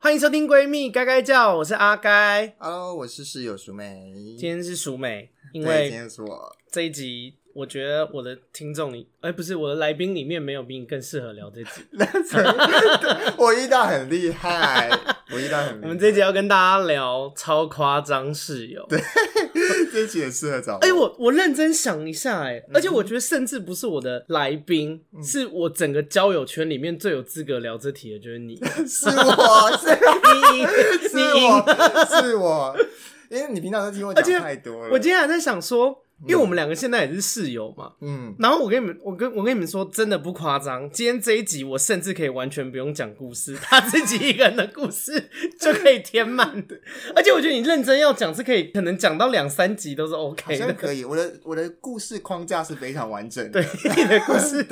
欢迎收听《闺蜜该该叫》，我是阿该， Hello，我是室友淑梅。今天是淑美，因对今为天是我， 这一集我觉得我的听众里，哎、不是我的来宾里面没有比你更适合聊这 集。我遇到很厉害，我遇到 很厉害。我们这一集要跟大家聊超夸张室友。对，这一集也适合找。哎、我我认真想一下、哎、嗯而且我觉得甚至不是我的来宾，是我整个交友圈里面最有资格聊这题的，就是 你。是我，是你赢， 你是赢。我，是我。因为你平常都听我而且讲太多了。我今天还在想说，因为我们两个现在也是室友嘛，嗯，然后我跟你们，我跟我跟你们说，真的不夸张，今天这一集我甚至可以完全不用讲故事， 他自己一个人的故事就可以填满的。而且我觉得你认真要讲是可以，可能讲到两三集都是好 OK 像的。可以。我的我的故事框架是非常完整的对，， 你的故事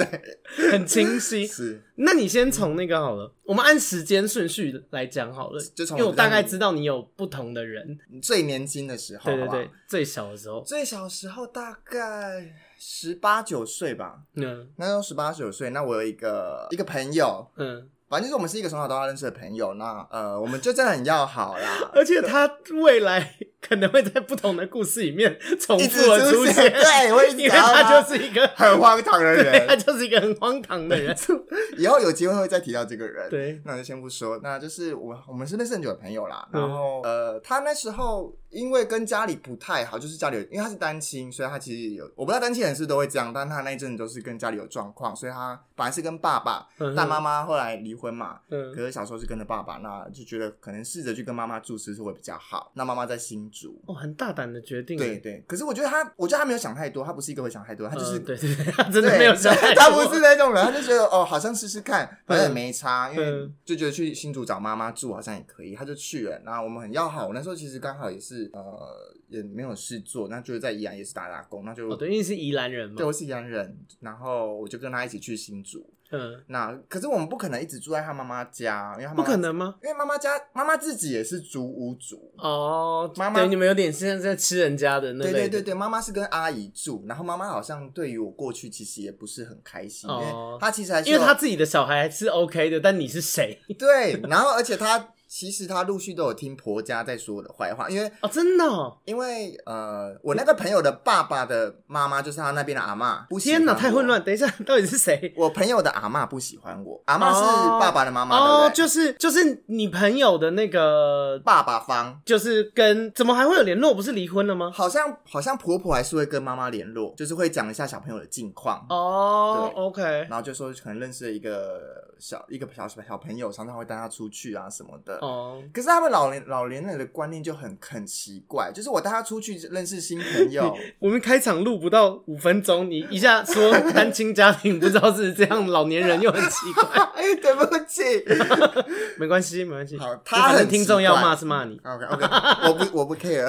很清晰。是那你先从那个好了，我们按时间顺序来讲好了，就从因为我我比较大概年知道你有不同的人。最年轻的时候，对对好不好对，最小的时候，最小时候大概十八九岁吧，嗯那时候十八九岁。那我有一个一个朋友，嗯，，反正就是我们是一个从小到大认识的朋友，那呃，我们就真的很要好啦 而且他未来可能会在不同的故事里面重一直复的出现，对，我一直 因为讲到他就是一个很荒唐 的对，他人，就是一个很荒唐的人。以后有机会会再提到这个 人。对，那我就先不说，那就是我我们是认识很久的朋友啦。嗯然后、呃，他那时候因为跟家里不太好，就是家里有因为他是单亲，所以他其实有我不知道单亲人是都会这样，但他那一阵子都是跟家里有状况，所以他本来是跟爸爸，嗯但妈妈后来离婚嘛，可嗯是小时候是跟着爸爸，那就觉得可能试着去跟妈妈住，是不是会比较好？那妈妈在新竹。哦，很大胆的决定。欸对对，可是我觉得他，我觉得他没有想太多，他不是一个会想太多，他呃，就是、对对，对他真的对没有想太多 他不是那种人，他就觉得哦，好像试试看，反正也没差，因为嗯就觉得去新竹找妈妈住好像也可以，他就去了。然后我们很要好，我那时候其实刚好也是呃也没有事做，那就是在宜兰也是打打工，那就、哦，对，因为是宜兰人嘛。对我是宜兰人，然后我就跟他一起去新竹。嗯，那可是我们不可能一直住在他妈妈家，因为他妈不妈可，能吗？因为妈妈家妈妈自己也是租屋主。哦，妈妈对，你们有点现在在吃人家的那对类对的对对，妈妈是跟阿姨住，然后妈妈好像对于我过去其实也不是很开心，因哦为她其实还是因为有他自己的小孩是 OK 的，但你是谁？对，然后而且她其实她陆续都有听婆家在说我的坏话，因为哦，真的哦！因为呃，我那个朋友的爸爸的妈妈就是他那边的阿嬷，不喜欢天哪，我太混！乱！等一下，到底是谁？我朋友的阿嬷不喜欢我，阿哦嬷是爸爸的妈妈，哦，对不对？就是就是你朋友的那个，爸爸方就是跟怎么还会有联络？不是离婚了吗？好像好像婆婆还是会跟妈妈联络，就是会讲一下小朋友的近况。哦对，OK，然后就说可能认识了一个小一个小小朋友，常常会带他出去啊什么的。哦，可是他们老年老年人的观念就很很奇怪，就是我带他出去认识新朋友， 我们开场录不到五分钟，你一下说单亲家庭，不知道是这样，老年人又很奇 怪。哎，对不起。没关系，没关系。好你他反正很听奇众要怪骂是骂你。 OK OK，我不我 不 care，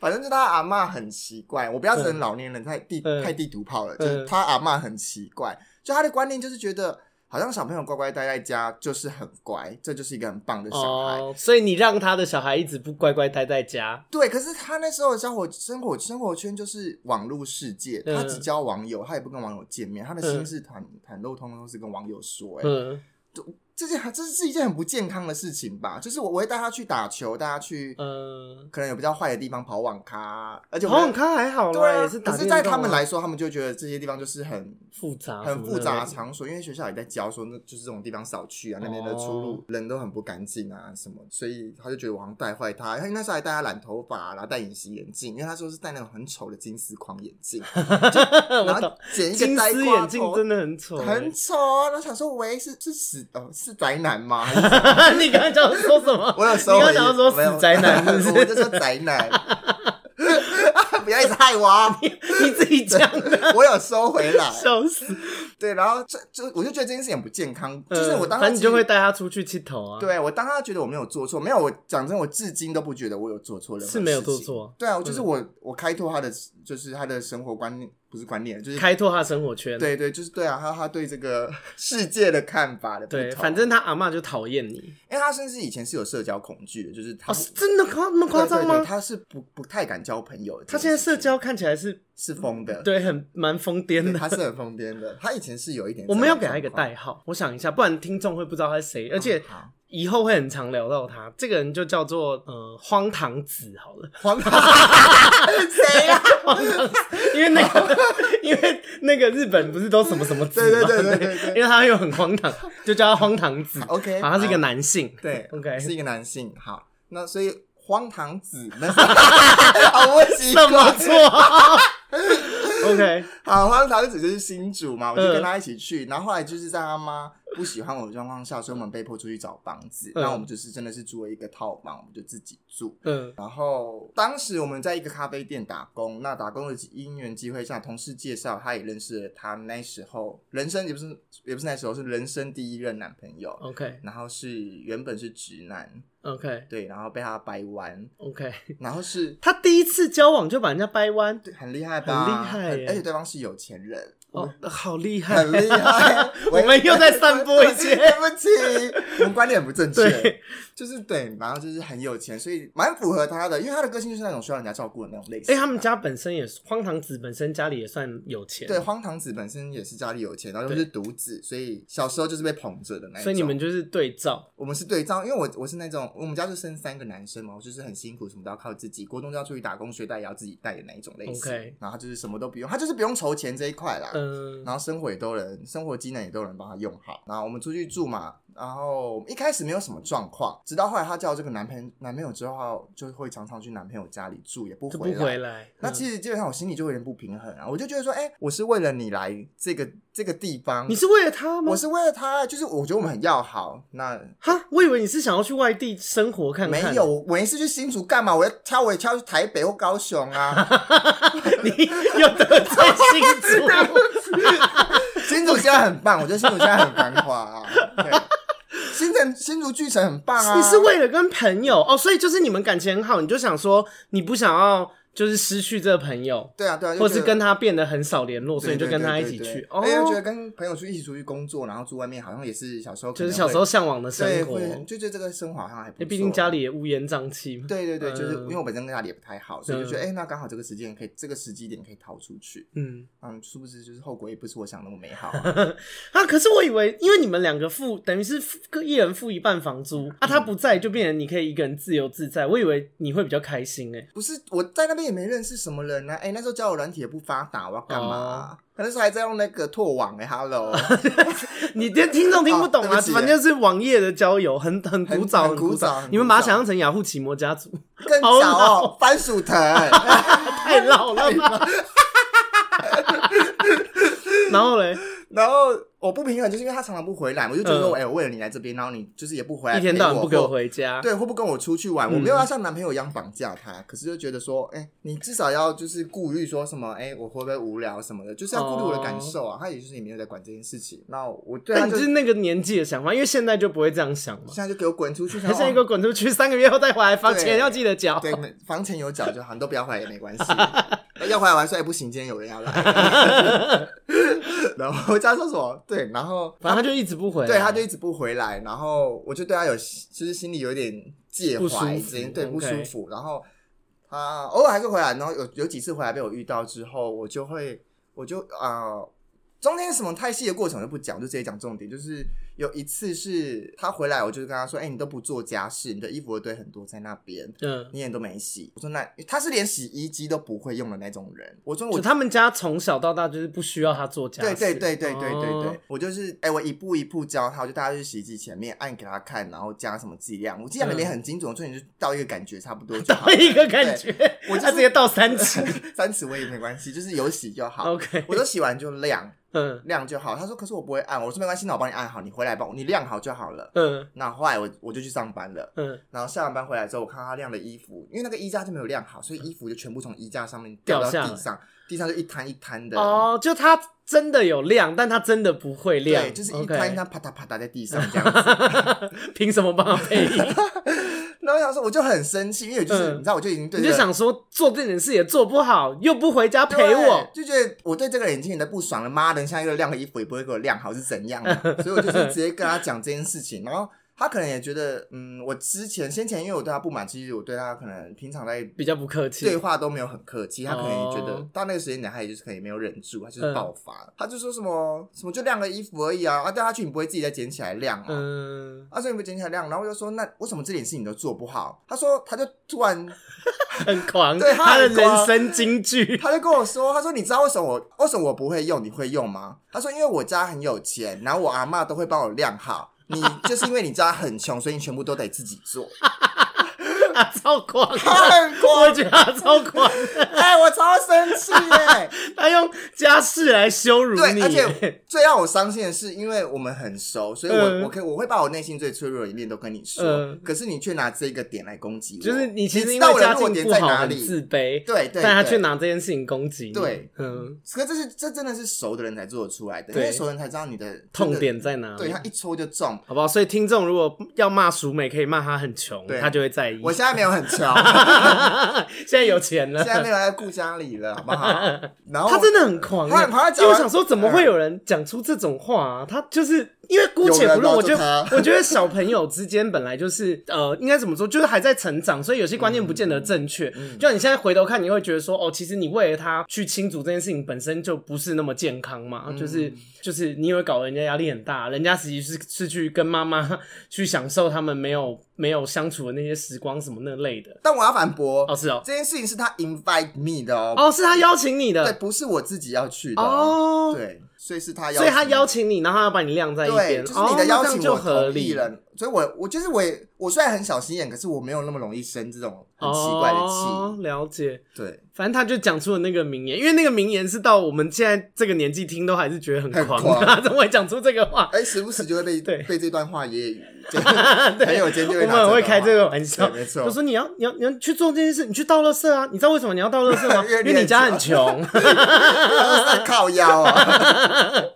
反正就他阿嬷很奇怪，我不要整老年人太地、嗯太地图炮了，嗯就是他阿嬷很奇怪，就他的观念就是觉得好像小朋友乖乖待在家就是很乖，这就是一个很棒的小孩。哦，所以你让他的小孩一直不乖乖待在家，对，可是他那时候的生活生活生活圈就是网络世界，嗯他只交网友，他也不跟网友见面，他的嗯心事袒袒露通通是跟网友说、欸，嗯这件这是一件很不健康的事情吧？就是我我会带他去打球，带他去嗯，可能有比较坏的地方跑网咖，而且我好像他还好对啦，啊，也是打可电是动啊。在他们来说，他们就觉得这些地方就是很复杂什么的，很复杂的场所，因为学校也在教说，那就是这种地方少去啊，那边的出入、哦人都很不干净啊什么，所以他就觉得我好像带坏他。他那时候还带他染头发，啊然后戴隐形眼镜，因为他说是戴那种很丑的金丝框眼 镜，然我后懂。剪一金个呆丝瓜眼镜头。真的很丑欸，很丑啊！然后想说，喂，是是死哦，是宅男吗？还是 你刚才想说什么？我有 时候你刚才想说没有死宅男是不是 我就说宅男，不要一直害我啊， 你自己讲 的，我有收回来。 笑死。对，然后这就我就觉得这件事情很不健康，就是嗯我当反时正你就会带他出去剃头啊。对我当他觉得我没有做错，没有我讲真，我至今都不觉得我有做错任何是没有事情做错。嗯对啊，我就是我、我开拓他的，就是他的生活观念，不是观念，就是开拓他生活圈。对对，就是对啊，他他对这 个世界的看法的不对，同反正他阿嬷就讨厌你。因为他甚至以前是有社交恐惧的，就是他、哦，是真的夸那么夸张对对吗对？他是不不太敢交朋友的这他件事情，现在社交看起来是，是疯 的，对，很蛮疯癫对，的。他是很疯癫的，他以前是有一点这我样的状况，啊嗯们要给他一个代号，我想一下，不然听众会不知道他是谁。而且好以后会很常聊到他。这个人就叫做呃荒唐子好了， 荒唐 谁啊呀？荒唐子，因为那 个因为那个日本不是都什么什么子对吗？对对对对对因为他又很荒唐，就叫他荒唐 子。 OK，啊，他是一个好男性，对 OK 是一个男性。好，那所以荒唐子，那是好我习什么惯。错？OK，好，荒唐子就是新主嘛，我就嗯跟他一起去。然后后来就是在他妈不喜欢我的状况下，所以我们被迫出去找房子。嗯那我们就是真的是租了一个套房，我们就自己住。嗯然后当时我们在一个咖啡店打工，那打工的因缘机会下，同事介绍他也认识了他那时候人生也不是也不是那时候是人生第一任男朋友， ，OK 然后是原本是直男， OK 对，然后被他掰弯， OK，然后是他第一次交往就把人家掰弯，很厉害吧？很厉害耶而且对方是有钱 人，哦，好厉害，。很厉害我们又在散播一些 对不起，我们观点不正对确，就是对，然后就是很有钱，所以蛮符合他的，因为他的个性就是那种需要人家照顾的那种类型。啊哎、他们家本身也是荒唐子，本身家里也算有钱，对，荒唐子本身也是家里有钱，然后又对是独子，所以小时候就是被捧着的那一种。所以你们就是对照，我们是对照，因为我我是那种我们家就生三个男生嘛，我就是很辛苦，什么都要靠自己，国中就要出去打工，学贷也要自己带的那一种类型。 OK 然后他就是什么都不用，他就是不用筹钱这一块啦。嗯、啊然后生活也都有人，生活机能也都有人帮他用好。然后我们出去住嘛，然后一开始没有什么状况，直到后来她交了这个男朋男朋友之后，就会常常去男朋友家里住，也不就回不来。回来。那其实基本上我心里就有点不平衡啊，我就觉得说，哎、我是为了你来这个这个地方，嗯你是为了他吗？我是为了他，就是我觉得我们很要好。那哈，我以为你是想要去外地生活看没看，有，，我每一次去新竹干嘛？我要挑，我也挑去台北或高雄啊。 你又得罪新 主，新竹现在很棒，我觉得新竹现在很繁华啊。对，新城新竹巨城很棒啊。你是为了跟朋友哦，所以就是你们感情很好，你就想说你不想要就是失去这个朋友，对啊对啊，或就是觉得跟他变得很少联络，所以你就对对跟对他一对起对去而且我觉得哦，跟朋友去一起出去工作，然后住外面，好像也是小时候可就能是小时会候向往的对生活，会因就觉得这个生活好像还不错。为毕竟家里也乌烟瘴气嘛。对对对，就是嗯因为我本身跟家里也不太好，所以就觉得嗯哎、诶那刚好这个时间可以，这个时机点可以逃出去。嗯，嗯，殊不知就是后果也不是我想那么美好、啊。啊，可是我以为，因为你们两个付，等于是付各一人付一半房租啊，他不在就变成你可以一个人自由自在，我以为你会比较开心哎、不是我在那边也没认识什么人啊，哎、那时候交友软体也不发达，我要干嘛、哦啊？那时候还在用那个拓网哎、哈 hello， 你的听众听不懂啊，哦对不起反正就是网页的交友，很很古早，很很古古早很古早你们把它想象成雅虎奇摩家族，更好早老哦，番薯藤， 太老了吧？ 然后嘞，然后我不平衡，就是因为他常常不回来，我就觉得嗯说，哎、我为了你来这边，然后你就是也不回来，一天到晚不给我或。回家，对，或不跟哎我出去玩，我嗯没有要像男朋友一样绑架他，可是就觉得说，哎、你至少要就是顾虑说什么，哎、我会不会无聊什么的，就是要顾虑我的感受啊。他也就是也没有在管这件事情，那我对那哦哎他你就就是那个年纪的想法，因为现在就不会这样想嘛现。在就给我滚出去，还然 现在后给我滚出去，三个月后再回来，房对钱要记得缴。 对，没房钱有缴就好，你都不要回来也没关系。要回来我还说，哎、不行，今天有人要来。 然后我家说什么？对，然后反正他就一直不回来，对，他就一直不回来，然后我就对他有，就是心里有点介不舒怀服之间，对，不舒 OK 服。然后他偶尔还是回来，然后有有几次回来被我遇到之后，我就会，我就呃，中间什么太细的过程我就不讲，我就直接讲重点，就是有一次是他回来，我就跟他说，哎、你都不做家事，你的衣服会堆很多在那边。嗯，你也都没洗，我说那他是连洗衣机都不会用的那种人。我说我就他们家从小到大就是不需要他做家对事，对对对对对哦对，我就是哎、我一步一步教他，我就带他去洗衣机前面按给他看，然后加什么剂量，我剂量里面很精准，我说你就到一个感觉差不多 就好到，嗯哦一个感觉，我就是他直接到三级。 三尺我也没关系，就是有洗就好。 OK，我说洗完就晾嗯晾就好，他说可是我不会按，我说没关系，那我帮你按好，你回来帮我，你晾好就好了。嗯那后来我我就去上班了，嗯，然后下完班回来之后，我看他晾的衣服，因为那个衣架就没有晾好，所以衣服就全部从衣架上面掉到掉下来地上，地上就一滩一滩的。哦，就他真的有亮，但他真的不会亮，对，就是一 OK 滩一滩啪嗒啪嗒在地上这样子。 凭什么帮他配音？然后我想说，我就很生气，因为我就是、嗯你知道，我就已经 对你这就个想说做这点事也做不好，又不回家陪对我，就觉得我对这个人已经有点 不爽了。妈的，你现在又晾个衣服也不会给我晾好是怎样、啊？所以我就是直接跟他讲这件事情，然后。他可能也觉得，嗯，我之前先前因为我对他不满，其实我对他可能平常在比较不客气对。话都没有很客气，他可能也觉得哦到那个时间点，他也就是可能没有忍住，他就嗯是爆发了，他就说什么什么就晾个衣服而已啊，啊掉下去你不会自己再捡起来晾啊，嗯，啊所以你不会捡起来晾，然后我就说那为什么这点事情你都做不好？他说他就突然 很狂，对他的他很狂人生金 句。他就跟我说，他说你知道为什么我为什么我不会用，你会用吗？他说因为我家很有钱，然后我阿嬷都会帮我晾好。你就是因为你家很穷，所以你全部都得自己做。 他超狂的，他很狂我觉得他超狂，哎、我超生气耶！他用家世来羞辱对，你。而且最让我伤心的是，因为我们很熟，所以我、嗯我可以我会把我内心最脆弱的一面都跟你说，嗯可是你却拿这个点来攻击我，就是你其实知因道为我的家弱境点不在好，哪很里？自卑，对对，但他对却拿这件事情攻击你。对，嗯，可这是这真的是熟的人才做得出来的，因对为熟人才知道你的痛，点在哪真里？的对他一戳就中。好不好？所以听众如果要骂淑美，可以骂她很穷，对她就会在意。我现在没有很 穷，现在有钱了现，在没有在顾家里了，好不 好？然后她真的很狂她欸。哦很狂她因讲完为我嗯想说，怎么会有人讲出这种话啊？她就是因为姑且不论，有人抱啊我着觉得她我觉得小朋友之间本来就是呃，应该怎么说，就是还在成长，所以有些观念不见得正确。嗯就像你现在回头看，你会觉得说，哦，其实你为了他去亲足这件事情本身就不是那么健康嘛，嗯就是就是你以为搞人家压力很大，人家其实是是去跟妈妈 去享受他们没有没有相处的那些时光什么那类的。但我要反驳，哦，是哦，这件事情是他 invite me 的哦，哦，是他邀请你对，的不是我自己要去的哦，哦，对，所以是他邀，所以他邀。请你，然后他要把你晾在一对，边，就是你的邀哦那这样请就我合同理意。了，所以我我就是我也我虽然很小心眼，可是我没有那么容易生这种很奇怪的气。哦，了解。对，反正他就讲出了那个名言，因为那个名言是到我们现在这个年纪听都还是觉得很很狂，狂他怎么会讲出这个话？哎，时不时就会 被对被这段话揶 揄，就是朋友间就我会们拿很会段开这话个玩笑，对没错？就说你要你要你要去做这件事，你去倒垃圾啊！你知道为什么你要倒垃圾吗 因为你因为你家很很穷。 在靠腰啊，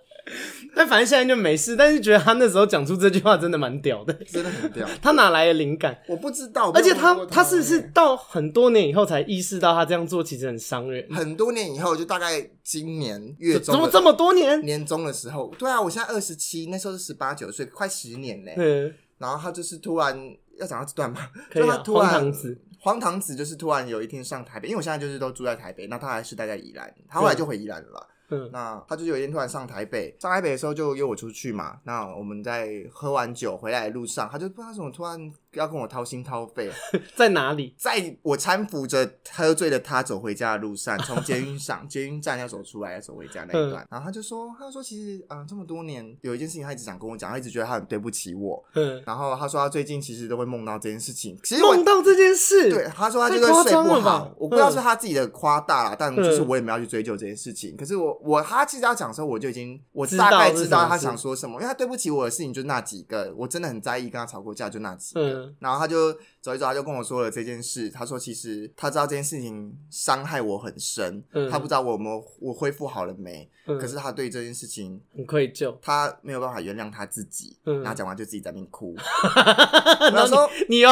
但反正现在就没事，但是觉得他那时候讲出这句话真的蛮屌 的，真的很屌。他哪来的灵感？我不知道，而且没有问他过他是不是欸到很多年以后才意识到他这样做其实很伤人？很多年以后，就大概今年月怎中么的这么多年？年中的时候，对啊，我现在二十七，那时候是十八九岁，快十年嘞。嗯，然后他就是突然要讲到这段吗？可以就啊他突然荒唐子，荒唐子就是突然有一天上台北，因为我现在就是都住在台北，那他还是待在宜兰，他后来就回宜兰了啦。嗯那他就是有一天突然上台北，上台北的时候就约我出去嘛。那我们在喝完酒回来的路上，他就不知道怎么突然要跟我掏心掏肺，啊在哪里？在我搀扶着喝醉的他走回家的路上，从捷运上捷运站要走出来，要走回家那一段，然后他就说，他就说其实啊、呃这么多年有一件事情他一直想跟我讲，他一直觉得他很对不起我，嗯，然后他说他最近其实都会梦到这件事情，其实我梦到这件事，对，啊他说他就太夸是睡张不了好吧，我不知道是嗯他自己的夸大啦，但就是嗯我也没有去追究这件事情。可是我我他其实要讲的时候，我就已经我知大概道是知什道么他事想说什么，因为他对不起我的事情就那几个，我真的很在意，跟他吵过架就那几个嗯。然后他就走一走，他就跟我说了这件事，他说其实他知道这件事情伤害我很深，嗯他不知道我有没有我恢复好了没，嗯，可是他对这件事情。很愧疚。他没有办法原谅他自己，嗯然后讲完就自己在那边 哭。然然后说后你你又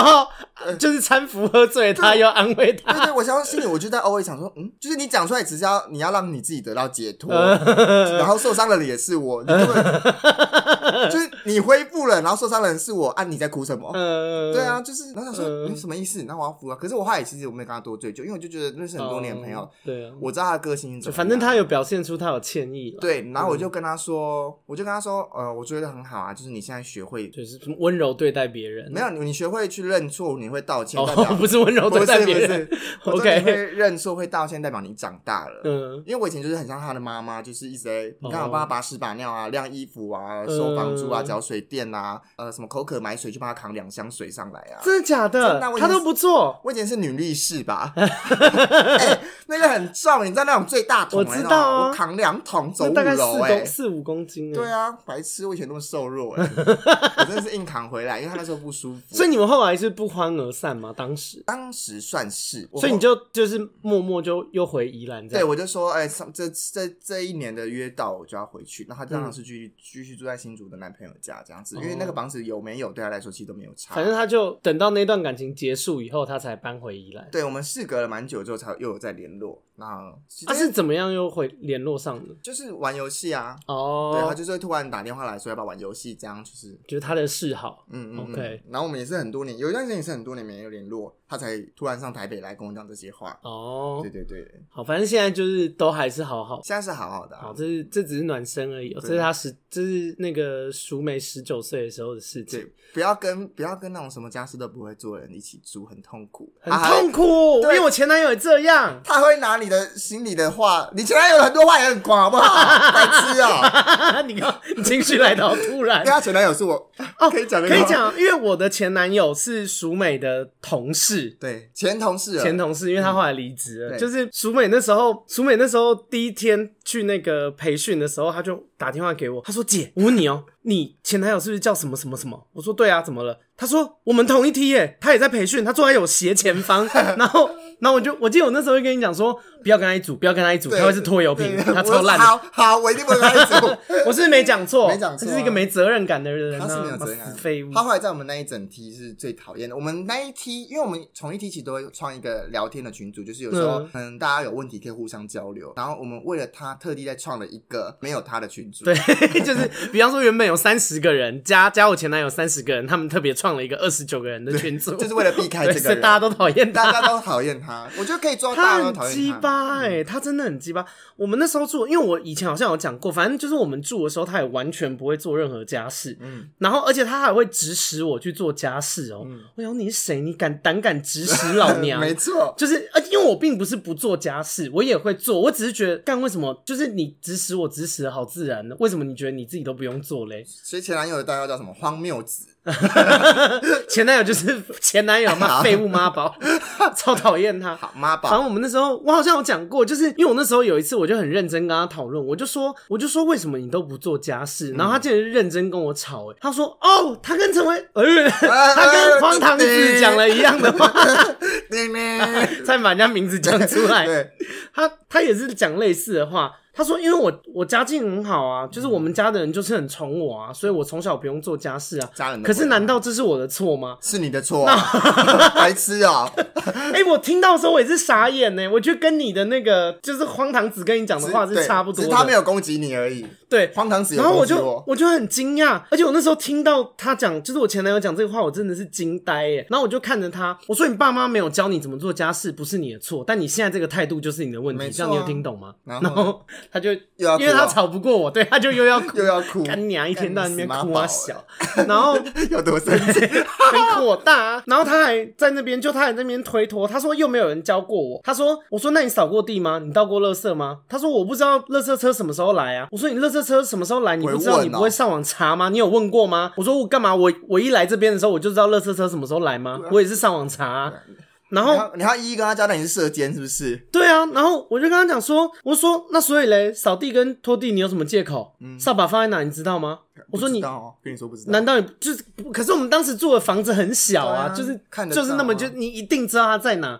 就是搀扶喝醉他，又安慰他，呃对啊对，我相信你，我就在偶尔想说，嗯，就是你讲出来，只是要你要让你自己得到解脱，然后受伤的人也是我，你根本就是你恢复了，然后受伤的人是我，啊，你在哭什么？嗯，对啊，，就是，然后想说，嗯你什么意思？那我要服啊！可是我后来其实我没有跟他多追究，因为我就觉得认识很多年的朋友，，对啊，我知道他的个性是怎么样，反正他有嗯表现出他有歉意了，，对，然后我就跟他说，我就跟他说，呃，我觉得很好啊，就是你现在学会就是什么温柔对待别人，没有你学会去认错，你会道歉，代哦，表不是温柔不对是待不别人是，我说你会 OK 认错会道歉，代表你长大了。嗯，因为我以前就是很像他的妈妈，就是一直在你看哦我帮他把屎把尿啊、晾衣服啊、嗯收房租啊、缴水电啊，呃，什么口渴买水就帮他扛两箱水上来啊。真的假的真的我？以他前都是不做，我以前是女力士 吧？哎那个很重，你知道那种最大桶我的那知种，道啊我扛两桶走那五大概四楼哎、公四五公斤哎，对啊，白痴，我以前那么瘦 弱哎、我真的是硬扛回来，因为他那时候不舒服。所以你们后来是不欢而散吗？当时，当时算是，我所以你就就是默默就又回宜兰这对，样。我就说，哎、上这这这一年的约到，我就要回去。那他嗯当然是继续继续住在新竹的男朋友家这样子，因为那个房子有没有对他来说其实都没有差。哦反正他就等到那段感情结束以后，他才搬回宜兰。对我们事隔了蛮久之后才又有再联络，那其他实啊是怎么样又会联络上的？就是玩游戏啊，对，他哦，就是会突然打电话来说要不要玩游戏，这样就是就是他的嗜好。嗯嗯嗯 OK 然后我们也是很多年，有一段时间也是很多年没有联络，他才突然上台北来跟我讲这些话。哦对，对对，好，反正现在就是都还是好好。现在是好好的、啊。好，这是这只是暖身而已、哦，这对是他十，这是那个淑梅十九岁的时候的事对情，，不要跟不要跟那种什么家事都不会做的人一起住，很痛苦，很痛苦，因啊对为我前男友也这样， 他还。他会拿你的心里的话，你前男友很多话也很广，好不好？白痴哦、你看你情绪来的好突然因为他前男友是我，哦，可以讲这可个以吗讲，因为我的前男友是淑美的同事。对前同事啊了，前同事，因为他后来离职了。嗯对就是淑美那时候，淑美那时候第一天去那个培训的时候，她就打电话给我，她说：“姐，我问你哦、你前男友是不是叫什么什么什么？”我说：“对啊，怎么了？”她说：“我们同一梯耶，他也在培训，他坐在我斜前 方。”然后，然后我就，我记得我那时候就跟你讲说，不要跟他一组，不要跟他一组，对他会是拖油瓶，对他我超烂的。好好，我一定不会跟 他住。我是不是没讲错，没讲他错啊就是一个没责任感的人、啊，他是没有责任感死废物。他后来在我们那一整梯是最讨厌的。我们那一梯，因为我们从一梯起都会创一个聊天的群组，就是有时候嗯嗯大家有问题可以互相交流。然后我们为了他特地再创了一个没有他的群组，对， 就是比方说原本有三十个人，加加我前男友三十个人，他们特别创了一个二十九个人的群组，就是为了避开对这所个以大家人。都讨厌大他。家都讨厌他，我觉得可以抓大他家都很讨鸡厌他。巴哎、他真的很鸡巴。我们那时候住，因为我以前好像有讲过，反正就是我们住的时候，他也完全不会做任何家事。嗯然后，而且他还会指使我去做家事哦、我想你是谁？你敢胆敢指使老娘？呃 没错，就是，呃，因为我并不是不做家事，我也会做，我只是觉得，干为什么？就是你指使我指使的好自然呢？为什么你觉得你自己都不用做嘞？所以前男友的代号叫什么？荒谬子。前男友就是 前男友嘛， 好废物妈宝，超讨厌他。好妈反宝，正我们那时候，我好像有讲过，就是因为我那时候有一次，我就很认真跟他讨论，我就说，我就说为什么你都不做家嗯事？然后他竟然就认真跟我吵、欸，他说，哦，他跟 陈伟，呃，他跟荒唐子讲了一样的话，呃 叮铃才把人家名字讲出来。 对，他他也是讲类似的话。他说：“因为我我家境很好啊，就是我们家的人就是很宠我啊，所以我从小不用做家事啊。家人的可是回答难道这是我的错吗？是你的错啊， 白痴啊！哎、我听到的时候我也是傻眼呢、我觉得跟你的那个就是荒唐子跟你讲的话是对差不多的。只是他没有攻击你而已。对，荒唐子有哦然后我攻击就我，我就很惊讶，而且我那时候听到他讲，就是我前男友讲这个话，我真的是惊呆耶。然后我就看着他，我说：“你爸妈没有教你怎么做家事，不是你的错，但你现在这个态度就是你的问题。没这样你错啊有听懂吗？”然然后后他就又要哭因为他啊吵不过我，对，他就又要哭 又。要哭，干娘一天到晚那边干你哭死妈宝啊了小，然后有多生气？很火大、啊。然后他还在那边，就他还在那边推脱，他说又没有人教过我。他说，我说那你扫过地吗？你倒过垃圾吗？他说我不知道垃圾车什么时候来啊。我说你垃圾车什么时候来？你不知我道会你问哦不会上网查吗？你有问过吗？我说我干嘛？我我一来这边的时候我就知道垃圾车什么时候来吗？我也是上网查啊、然后然后你要一一跟他交代你是射箭是不是？对啊，然后我就跟他讲说，我说那所以嘞，扫地跟拖地你有什么借口？扫把放在哪你知道吗？我说嗯不知你道哦跟你说不知道，难道你就是？可是我们当时住的房子很小啊，对啊就是看得到啊嗯就是那么就你一定知道它在哪。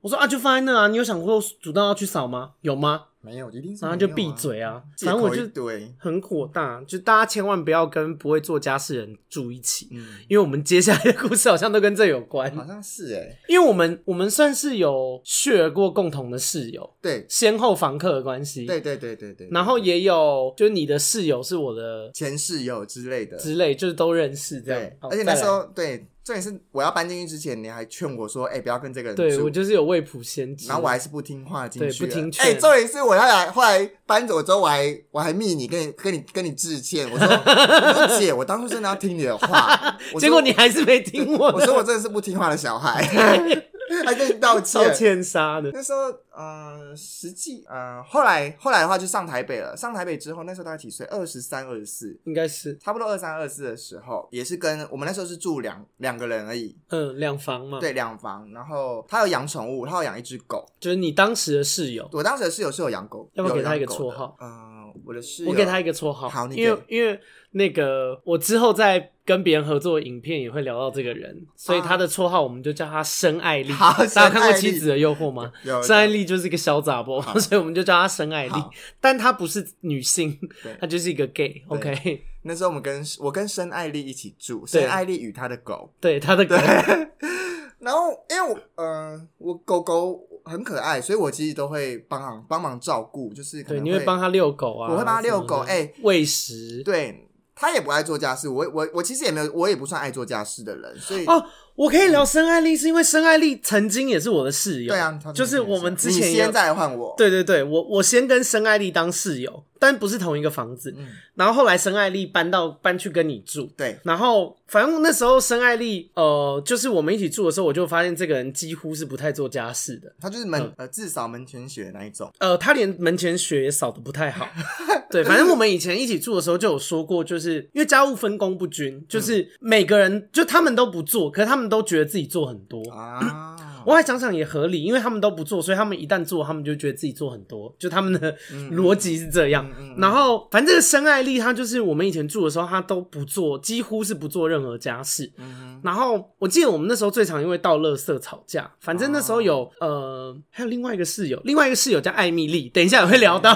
我说啊，就放在那啊，你有想过主动要去扫吗？有吗？没有，一定是然没有啊后就闭，嘴啊，借反正我口一就堆，很火大，就大家千万不要跟不会做家事的人住一起，嗯，因为我们接下来的故事好像都跟这有关，好像是哎，因为我们我们算是有 share 过共同的室友，对先后房客的关系，对对对对对，然后也有就是你的室友是我的前室友之类的，之类，就是都认识这样对，。好而且那再来时候对，重点是我要搬进去之前，你还劝我说，哎，不要跟这个人对我住。就是有未卜先知，然后我还是不听话进去了，对不听劝哎，重点是我后来后来搬走之后，我还我还密你，跟你跟你跟你致歉，我说我 说姐，我当初真的要听你的话，我说结果你还是没听我我的，说我真的是不听话的 小孩，还跟你道歉。超欠杀的。那时候，呃，实际，呃，后来后来的话就上台北了。上台北之后，那时候大概几岁？二十三、二十四，应该是差不多二三、二四的时候，也是跟我们那时候是住两两个人而已，嗯，两房嘛，，对，两房。然后他有养宠物，他有养一只狗。就是你当时的室友，我当时的室友是有养狗，要不要给他有养一个狗的绰号？嗯、我的室友，我给他一个绰号，好你给因为因为那个我之后在跟别人合作的影片也会聊到这个人，所以他的绰号我们就叫他深爱丽。啊好大家看过《深爱丽妻子的诱惑》吗？有深爱丽就是一个小杂波，所以我们就叫她深爱丽好，但她不是女性对，她就是一个 gay。OK，那时候我们跟我跟申爱丽一起住，对申爱丽与她的狗，对，她的狗对，然后因为我呃，我狗狗很可爱，所以我其实都会帮忙帮忙照顾，就是可对，能你会帮他遛狗啊，我会帮他遛狗什么的哎喂食。对。他也不爱做家事，我我我其实也没有，我也不算爱做家事的人，所以哦，我可以聊申爱丽，是因为申爱丽曾经也是我的室友。对啊，他就是我们之前你也有先再换我，对对对，我我先跟申爱丽当室友，但不是同一个房子。嗯然后后来申爱丽搬到搬去跟你住，对，然后反正那时候申爱丽，呃，就是我们一起住的时候，我就发现这个人几乎是不太做家事的。他就是嗯门、呃至少门前雪那一种，呃，他连门前雪也扫的不太 好。对，反正我们以前一起住的时候就有说过，就是因为家务分工不均，就是每个人就他们都不做，可是他们都觉得自己做很多。 啊，我还想想也合理，因为他们都不做，所以他们一旦做，他们就觉得自己做很多，就他们的嗯逻辑是这样。然后，反正这个深爱丽，她就是我们以前住的时候，她都不做，几乎是不做任何家事。嗯然后我记得我们那时候最常因为倒垃圾吵架，反正那时候有、哦呃，还有另外一个室友，另外一个室友叫艾米丽，等一下也会聊到。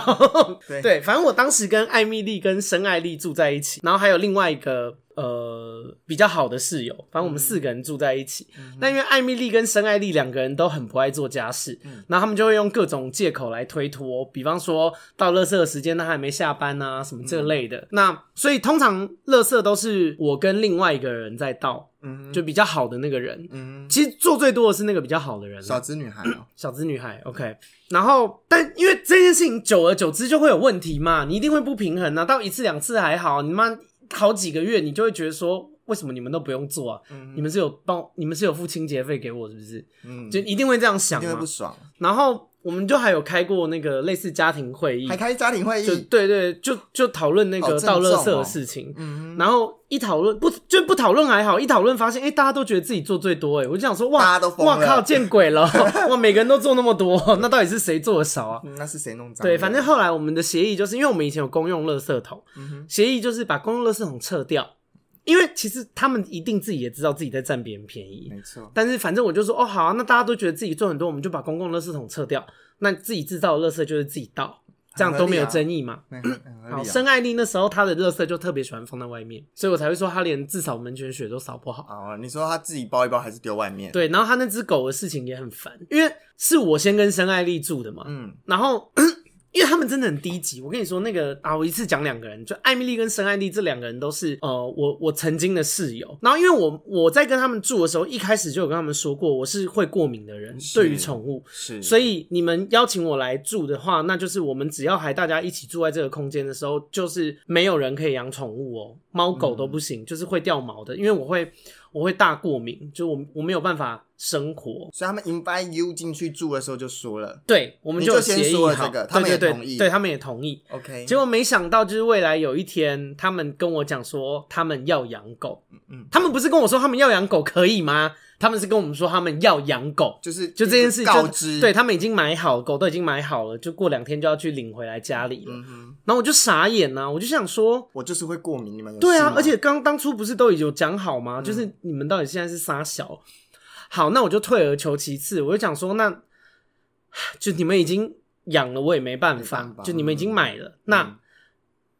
对反正我当时跟艾米丽跟深爱丽住在一起，然后还有另外一个呃比较好的室友，反正我们四个人住在一起。嗯那、因为艾米丽跟深爱丽两个人都很不爱做家事，嗯然后他们就会用各种借口来推脱，比方说到垃圾的时间他还没下班啊，什么这类嗯的。那所以通常垃圾都是我跟另外一个人在倒。嗯就比较好的那个人。嗯，其实做最多的是那个比较好的人啊，小资女孩哦、小资女孩，OK。然后，但因为这件事情久而久之就会有问题嘛，你一定会不平衡啊。到一次两次还好，你妈好几个月，你就会觉得说，为什么你们都不用做啊？嗯你们是有帮，你们是有付清洁费给我是不是？嗯，就一定会这样想因为嘛不。爽，然后我们就还有开过那个类似家庭会议还，开家庭会就议，对对，就就讨论那好个郑倒垃圾重的哦事情。嗯，然后一讨论不就不讨论还好，一讨论发现，哎、大家都觉得自己做最多、哎，我就想说，哇，大家都疯了哇靠，见鬼了， 哇，每个人都做那么多， 那到底是谁做的少啊？嗯那是谁弄脏的？对，反正后来我们的协议就是，因为我们以前有公用垃圾桶，嗯哼协议就是把公用垃圾桶撤掉，因为其实他们一定自己也知道自己在占别人便宜，没错，但是反正我就说，哦，好啊，那大家都觉得自己做很多，我们就把公共垃圾桶撤掉，那自己制造的垃圾就是自己倒，这样都没有很合理啊争议嘛。那很很合好，理啊深爱丽那时候她的垃圾就特别喜欢放在外面，所以我才会说她连至少门前雪都扫不好。啊。哦，你说他自己包一包还是丢外面？，对，然后她那只狗的事情也很烦，因为是我先跟深爱丽住的嘛，嗯然后 因为他们真的很低级，我跟你说那个啊，我一次讲两个人，就艾米丽跟沈艾丽这两个人都是呃，我我曾经的室友。然后因为我我在跟他们住的时候，一开始就有跟他们说过，我是会过敏的人，是对于宠物。是，所以以你们邀请我来住的话，那就是我们只要还大家一起住在这个空间的时候，就是没有人可以养宠物哦，猫狗嗯都不行，就是会掉毛的，因为我会我会大过敏，就我我没有办法生活。所以他们 invite you 进去住的时候就说了对，我们你就就有先协议说了好，这个他们对也对同对，意嗯对他们也同意。 ，OK，结果没想到，就是未来有一天，他们跟我讲说他们要养狗。嗯他们不是跟我说他们要养狗可以吗？他们是跟我们说他们要养狗，就是就这件事就告知，对，他们已经买好，狗都已经买好了，就过两天就要去领回来家里了。嗯哼，然后我就傻眼啊呐、我就想说，我就是嗯会过敏，你们有对事啊吗，而且刚当初不是都已经有讲好吗？就是你们到底现在是傻小？好，那我就退而求其次，我就想说，那 就你们已经养了，我也没办法，没办法嗯就你们已经买了，那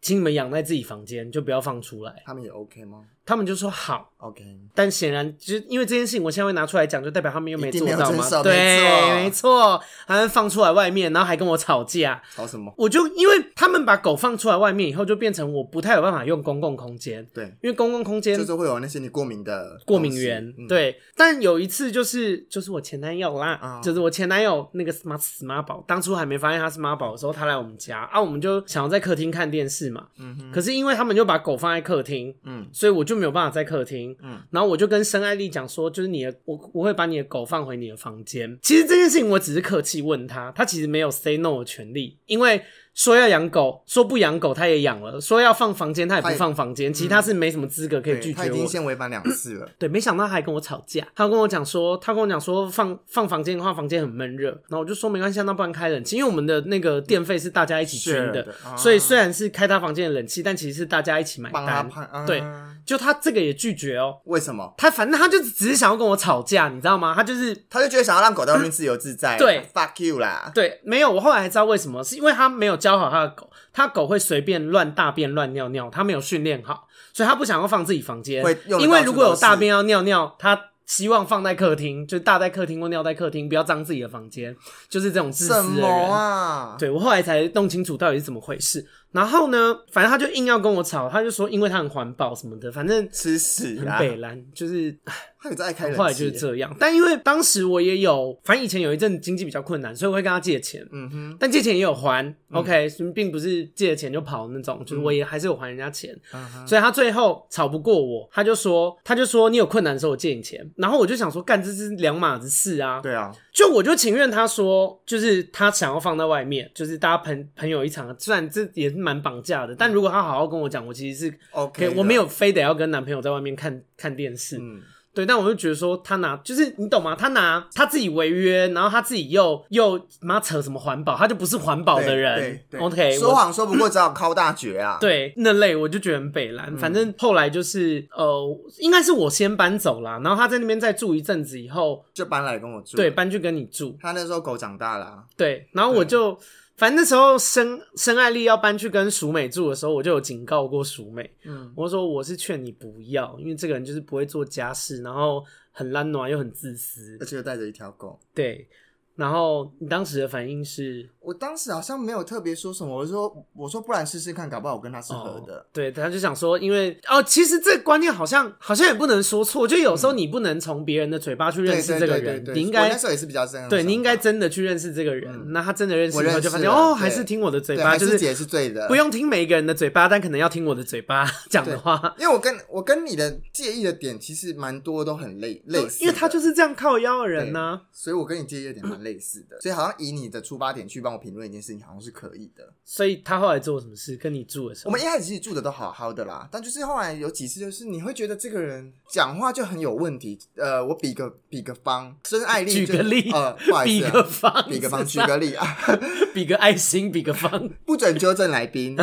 请你们养在自己房间，就不要放出来。他们也 OK 吗他们就说好。 ？OK，但显然，就是因为这件事情，我现在会拿出来讲，就代表他们又一定做没有到遵嘛。守对，没错没错，他们放出来外面，然后还跟我吵架。吵什么？我就因为他们把狗放出来外面以后，就变成我不太有办法用公共空间，对，因为公共空间就是会有那些你过敏的过敏源东西，嗯对。但有一次就是就是我前男友啦，啊就是我前男友那个 smart smart 宝，当初还没发现他是妈宝的时候，他来我们家啊，我们就想要在客厅看电视嘛，嗯哼可是因为他们就把狗放在客厅，嗯所以我就没有办法在客厅。嗯然后我就跟申爱丽讲说，就是你的，我我会把你的狗放回你的房间。其实这件事情我只是客气问他，他其实没有 say no 的权利，因为说要养狗，说不养狗他也养了，说要放房间他也不他也嗯放房间，其实他是没什么资格可以对，拒绝他已我经的。先违反两次了，对，没想到他还跟我吵架，他跟我讲说，他跟我讲说放放房间的话，房间很闷热，然后我就说没关系啊，那不然开冷气，因为我们的那个电 费是大家一起均的，是 的所以虽然是开他房间的冷气，但其实是大家一起买帮他单。判啊对就他这个也拒绝哦，为什么？他反正他就只是想要跟我吵架，你知道吗？他就是他就觉得想要让狗在外面自由自在，啊对，fuck you 啦，对，没有。我后来还知道为什么，是因为他没有教好他的狗，他狗会随便乱大便、乱尿尿，他没有训练好，所以他不想要放自己房间会用。得因为如果有大便要尿尿，他希望放在客厅，就大在客厅或尿在客厅，不要脏自己的房间，就是这种自什私的么人。啊？对我后来才弄清楚到底是怎么回事。然后呢，反正他就硬要跟我吵，他就说因为他很环保什么的，反正吃屎很啊！北蓝，就是他有在爱开后冷来就是气，这样。但因为当时我也有，反正以前有一阵经济比较困难，所以我会跟他借钱。嗯哼，但借钱也有还、o k 并不是借了钱就跑那种，就是我也还是有还人家钱，嗯哼所以他最后吵不过我，他就说，他就说你有困难的时候我借你钱，然后我就想说，干这是两码子事啊，对啊，就我就情愿他说，就是他想要放在外面，就是大家朋朋友一场，虽然这也是蛮绑架的，但如果他好好跟我讲，我其实是 OK，可以，我没有，有非得要跟男朋友在外面看看电视，嗯，对，但我就觉得说他拿，就是你懂吗？他拿他自己违约，然后他自己又又妈扯什么环保，他就不是环保的人嗯对对对 OK，说我谎说不过，只好靠大绝啊。，对那类我就觉得很北蓝。反嗯正后来就是呃，应该是我先搬走啦，然后他在那边再住一阵子以后，就搬来跟我住。对，，搬去跟你住。他那时候狗长大了啊，对，然后我就反正那时候申申爱丽要搬去跟淑美住的时候，我就有警告过淑美，嗯，我说我是劝你不要，因为这个人就是不会做家事，然后很懒暖又很自私而，且又带着一条狗。对。然后你当时的反应是我当时好像没有特别说什么，我说我说不然试试看，搞不好我跟他是合哦的。对，他就想说，因为哦，其实这个观念好像好像也不能说错，就有时候你不能从别人的嘴巴去认对识嗯对这个对人对，对，你应我该那时候也是比较这样的想法。嗯对你应该真的去认识这个人。那他真的认识以后，我认就发现识了哦，对还是听我的嘴对，巴，还就是是姐是对的，不用听每一个人的嘴巴，但可能要听我的嘴巴 讲的话，因为我跟我跟你的介意的点其实蛮多，都很类 类似因的，为他就是这样靠腰的人呢、所以我跟你介意的点蛮类似的，所以好像以你的出发点去帮我评论一件事情，好像是可以的。所以他后来做什么事，跟你住的时我候，们一开始其实住的都好好的啦，但就是后来有几次，就是你会觉得这个人讲话就很有问题。呃，我比个比个方，真爱丽举就个例呃，不好意比思、个啊，方，比个方，举是吧个例 啊，比个爱心，比个方， 不准纠正来 宾，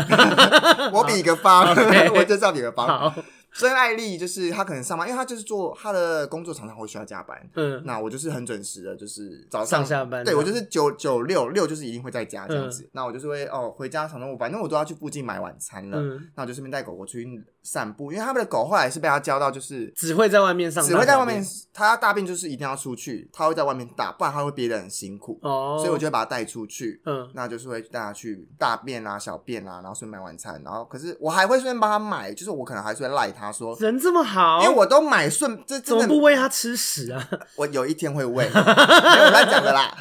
我比个方 OK， 我就照比个方。好，真爱丽就是她可能上班，因为她就是做她的工作常常会需要加班，嗯，那我就是很准时的，就是早上下班嗯对这我样就是九九六六就是一定会在家这样子。那我就是会哦回家，反正我反正我都要去附近买晚餐了，嗯那我就顺便带狗狗出去散步，因为他们的狗后来是被他教到，就是只会在外面上班，只会在外面，它大便就是一定要出去，它会在外面大，不然它会憋得很辛苦，哦，所以我就会把它带出去。嗯，那就是会带它去大便啊、小便啊，然后顺便买晚餐，然后可是我还会顺便帮它买，就是我可能还是会赖它说，人这么好，因为我都买顺，这怎真么的不喂他吃屎啊？我有一天会喂， 没有乱讲的啦。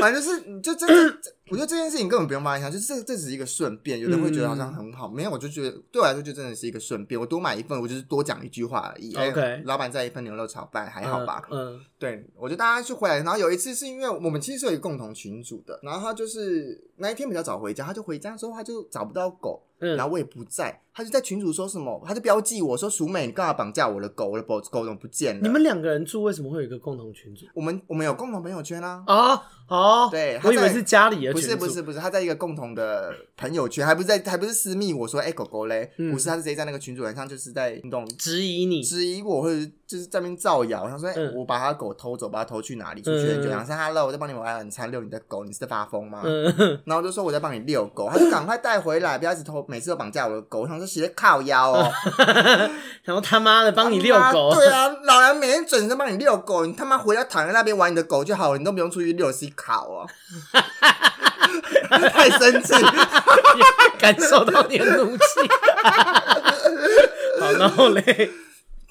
反正就是，你就 真的，我觉得这件事情根本不用放在心上，就是这这只是一个顺便，有的人会觉得好像很嗯好，没有，我就觉得对我来说就真的是一个顺便。我多买一份，我就是多讲一句话而已。哎 OK 老板再一份牛肉炒饭还好吧？嗯，嗯对，我就大家就回来，然后有一次是因为我们其实是有一个共同群组的，然后他就是那一天比较早回家，他就回家之后他就找不到狗，嗯然后我也不在，他就在群主说什么，他就标记我说淑美，你干嘛绑架我的狗？我的狗狗怎么不见了？你们两个人住为什么会有一个共同群组？我们我们有共同朋友圈啊，哦哦，对他我以为在是家里的不群是组，不是不是，他在一个共同的朋友圈，还不是在还不是私密我说哎、狗狗嘞，嗯不是他是直接在那个群主人上就是在运动质疑你，质疑我或者就是在那边造谣，他说哎、嗯我把他狗偷走，把他偷去哪里？出去嗯很久，然后说 hello，我在帮你买晚餐遛你的狗，你是在发疯吗？嗯， 然后我就说我在帮你遛狗，他就赶快带回来，不要一直偷，每次都绑架我的狗。我想说谁在靠腰哦，然后他妈的 帮你遛他狗妈，对啊，老娘每天准时在帮你遛狗，你他妈回来躺在那边玩你的狗就好了，你都不用出去遛，是考哦。 太生气， 感受到你的怒气。 好，然后嘞，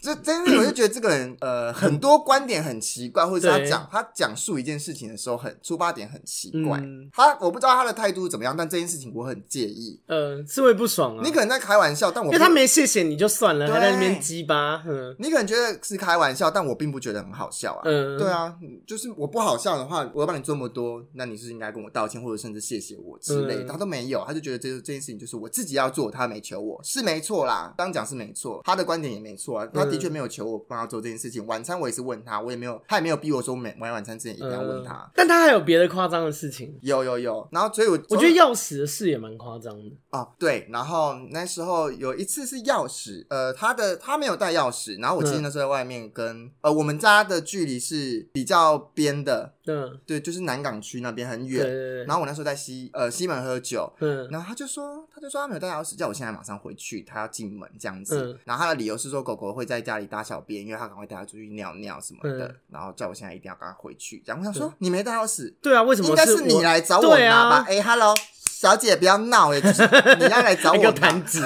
就真的我就觉得这个人嗯呃，很多观点很奇怪，或者是他讲他讲述一件事情的时候很出发点很奇怪。嗯他我不知道他的态度怎么样，但这件事情我很介意。呃，是会不爽啊，你可能在开玩笑，但我因不为他没谢谢你就算了，对还在那边鸡巴，嗯你可能觉得是开玩笑，但我并不觉得很好笑啊。嗯，对，啊，就是我不好笑的话，我要帮你做那么多，那你是应该跟我道歉，或者甚至谢谢我之类的。嗯他都没有，他就觉得这这件事情就是我自己要做，他没求我是没错啦，当然讲是没错，他的观点也没错啊，他的嗯确没有求我帮他做这件事情。晚餐我也是问他，我也没有，他也没有逼我说每买晚餐之前一定要问他。嗯但他还有别的夸张的事情，有有有，然后所以我我觉得钥匙的事也蛮夸张的，哦，对，然后那时候有一次是钥匙，呃，他的他没有带钥匙，然后我记得嗯那时候在外面跟、呃我们家的距离是比较边的，嗯，对，就是南港区那边很对远。对对，然后我那时候在西呃西门喝酒，嗯然后他就说他就说他没有带钥匙，叫我现在马上回去，他要进门这样子。嗯然后他的理由是说狗狗会在在家里大小便，因为他赶快带他出去尿尿什么的，嗯然后叫我现在一定要赶快回去。然后我想说，你没带钥匙，对啊，为什么应该是我你来找我对拿吧啊？，哎、h e l l o 小姐不要闹哎、就是你要来 找还给我我拿弹，指，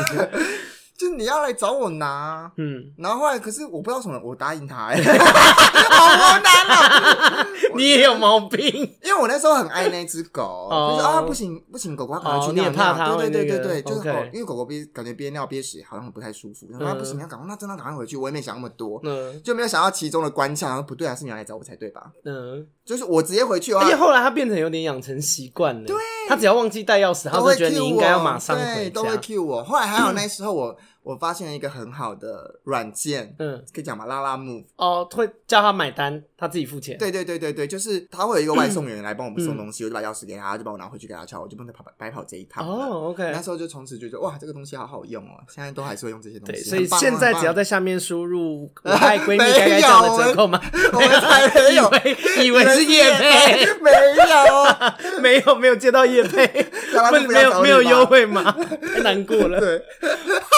就是你要来找我拿。嗯，然后后来，可是我不知道为什么，我答应他、哎， 好难啊！ 你也有毛病，因为我那时候很爱那只狗，哦就是啊，不行不行，狗狗它赶快去哦你也尿怕它尿，对对会对那对对，个就是狗 OK，因为狗狗憋感觉憋尿憋屎好像很不太舒服，然后啊嗯不行，要赶快，那真的赶快回去，我也没想那么多，嗯就没有想到其中的关窍，然后不对啊，是你要来找我才对啊吧？嗯，就是我直接回去的而且话，后来他变成有点养成习惯了，对，他只要忘记带钥匙，他都就会觉得你 cue 我，应该要马上对，回都会家， cue 我。后来还有那时候我我发现了一个很好的软件，嗯，可以讲吧，拉拉木。哦，会叫他买单，他自己付钱，对对对对对，就是他会有一个外送员来帮我们嗯送东西，我就把钥匙给他，他就帮我拿回去给他敲，我就不能跑白跑这一趟了。哦，OK，那时候就从此就觉得哇，这个东西好好用哦，现在都还是会用这些东对，西。所以很棒现在只要，在下面输 入“我爱闺蜜该该讲的折扣码”，很棒我们才没 以有，为以为是叶配， 没有，没有没有接到叶配，大家不都是不没要找有你没有吧优，惠 码，太难过了。对，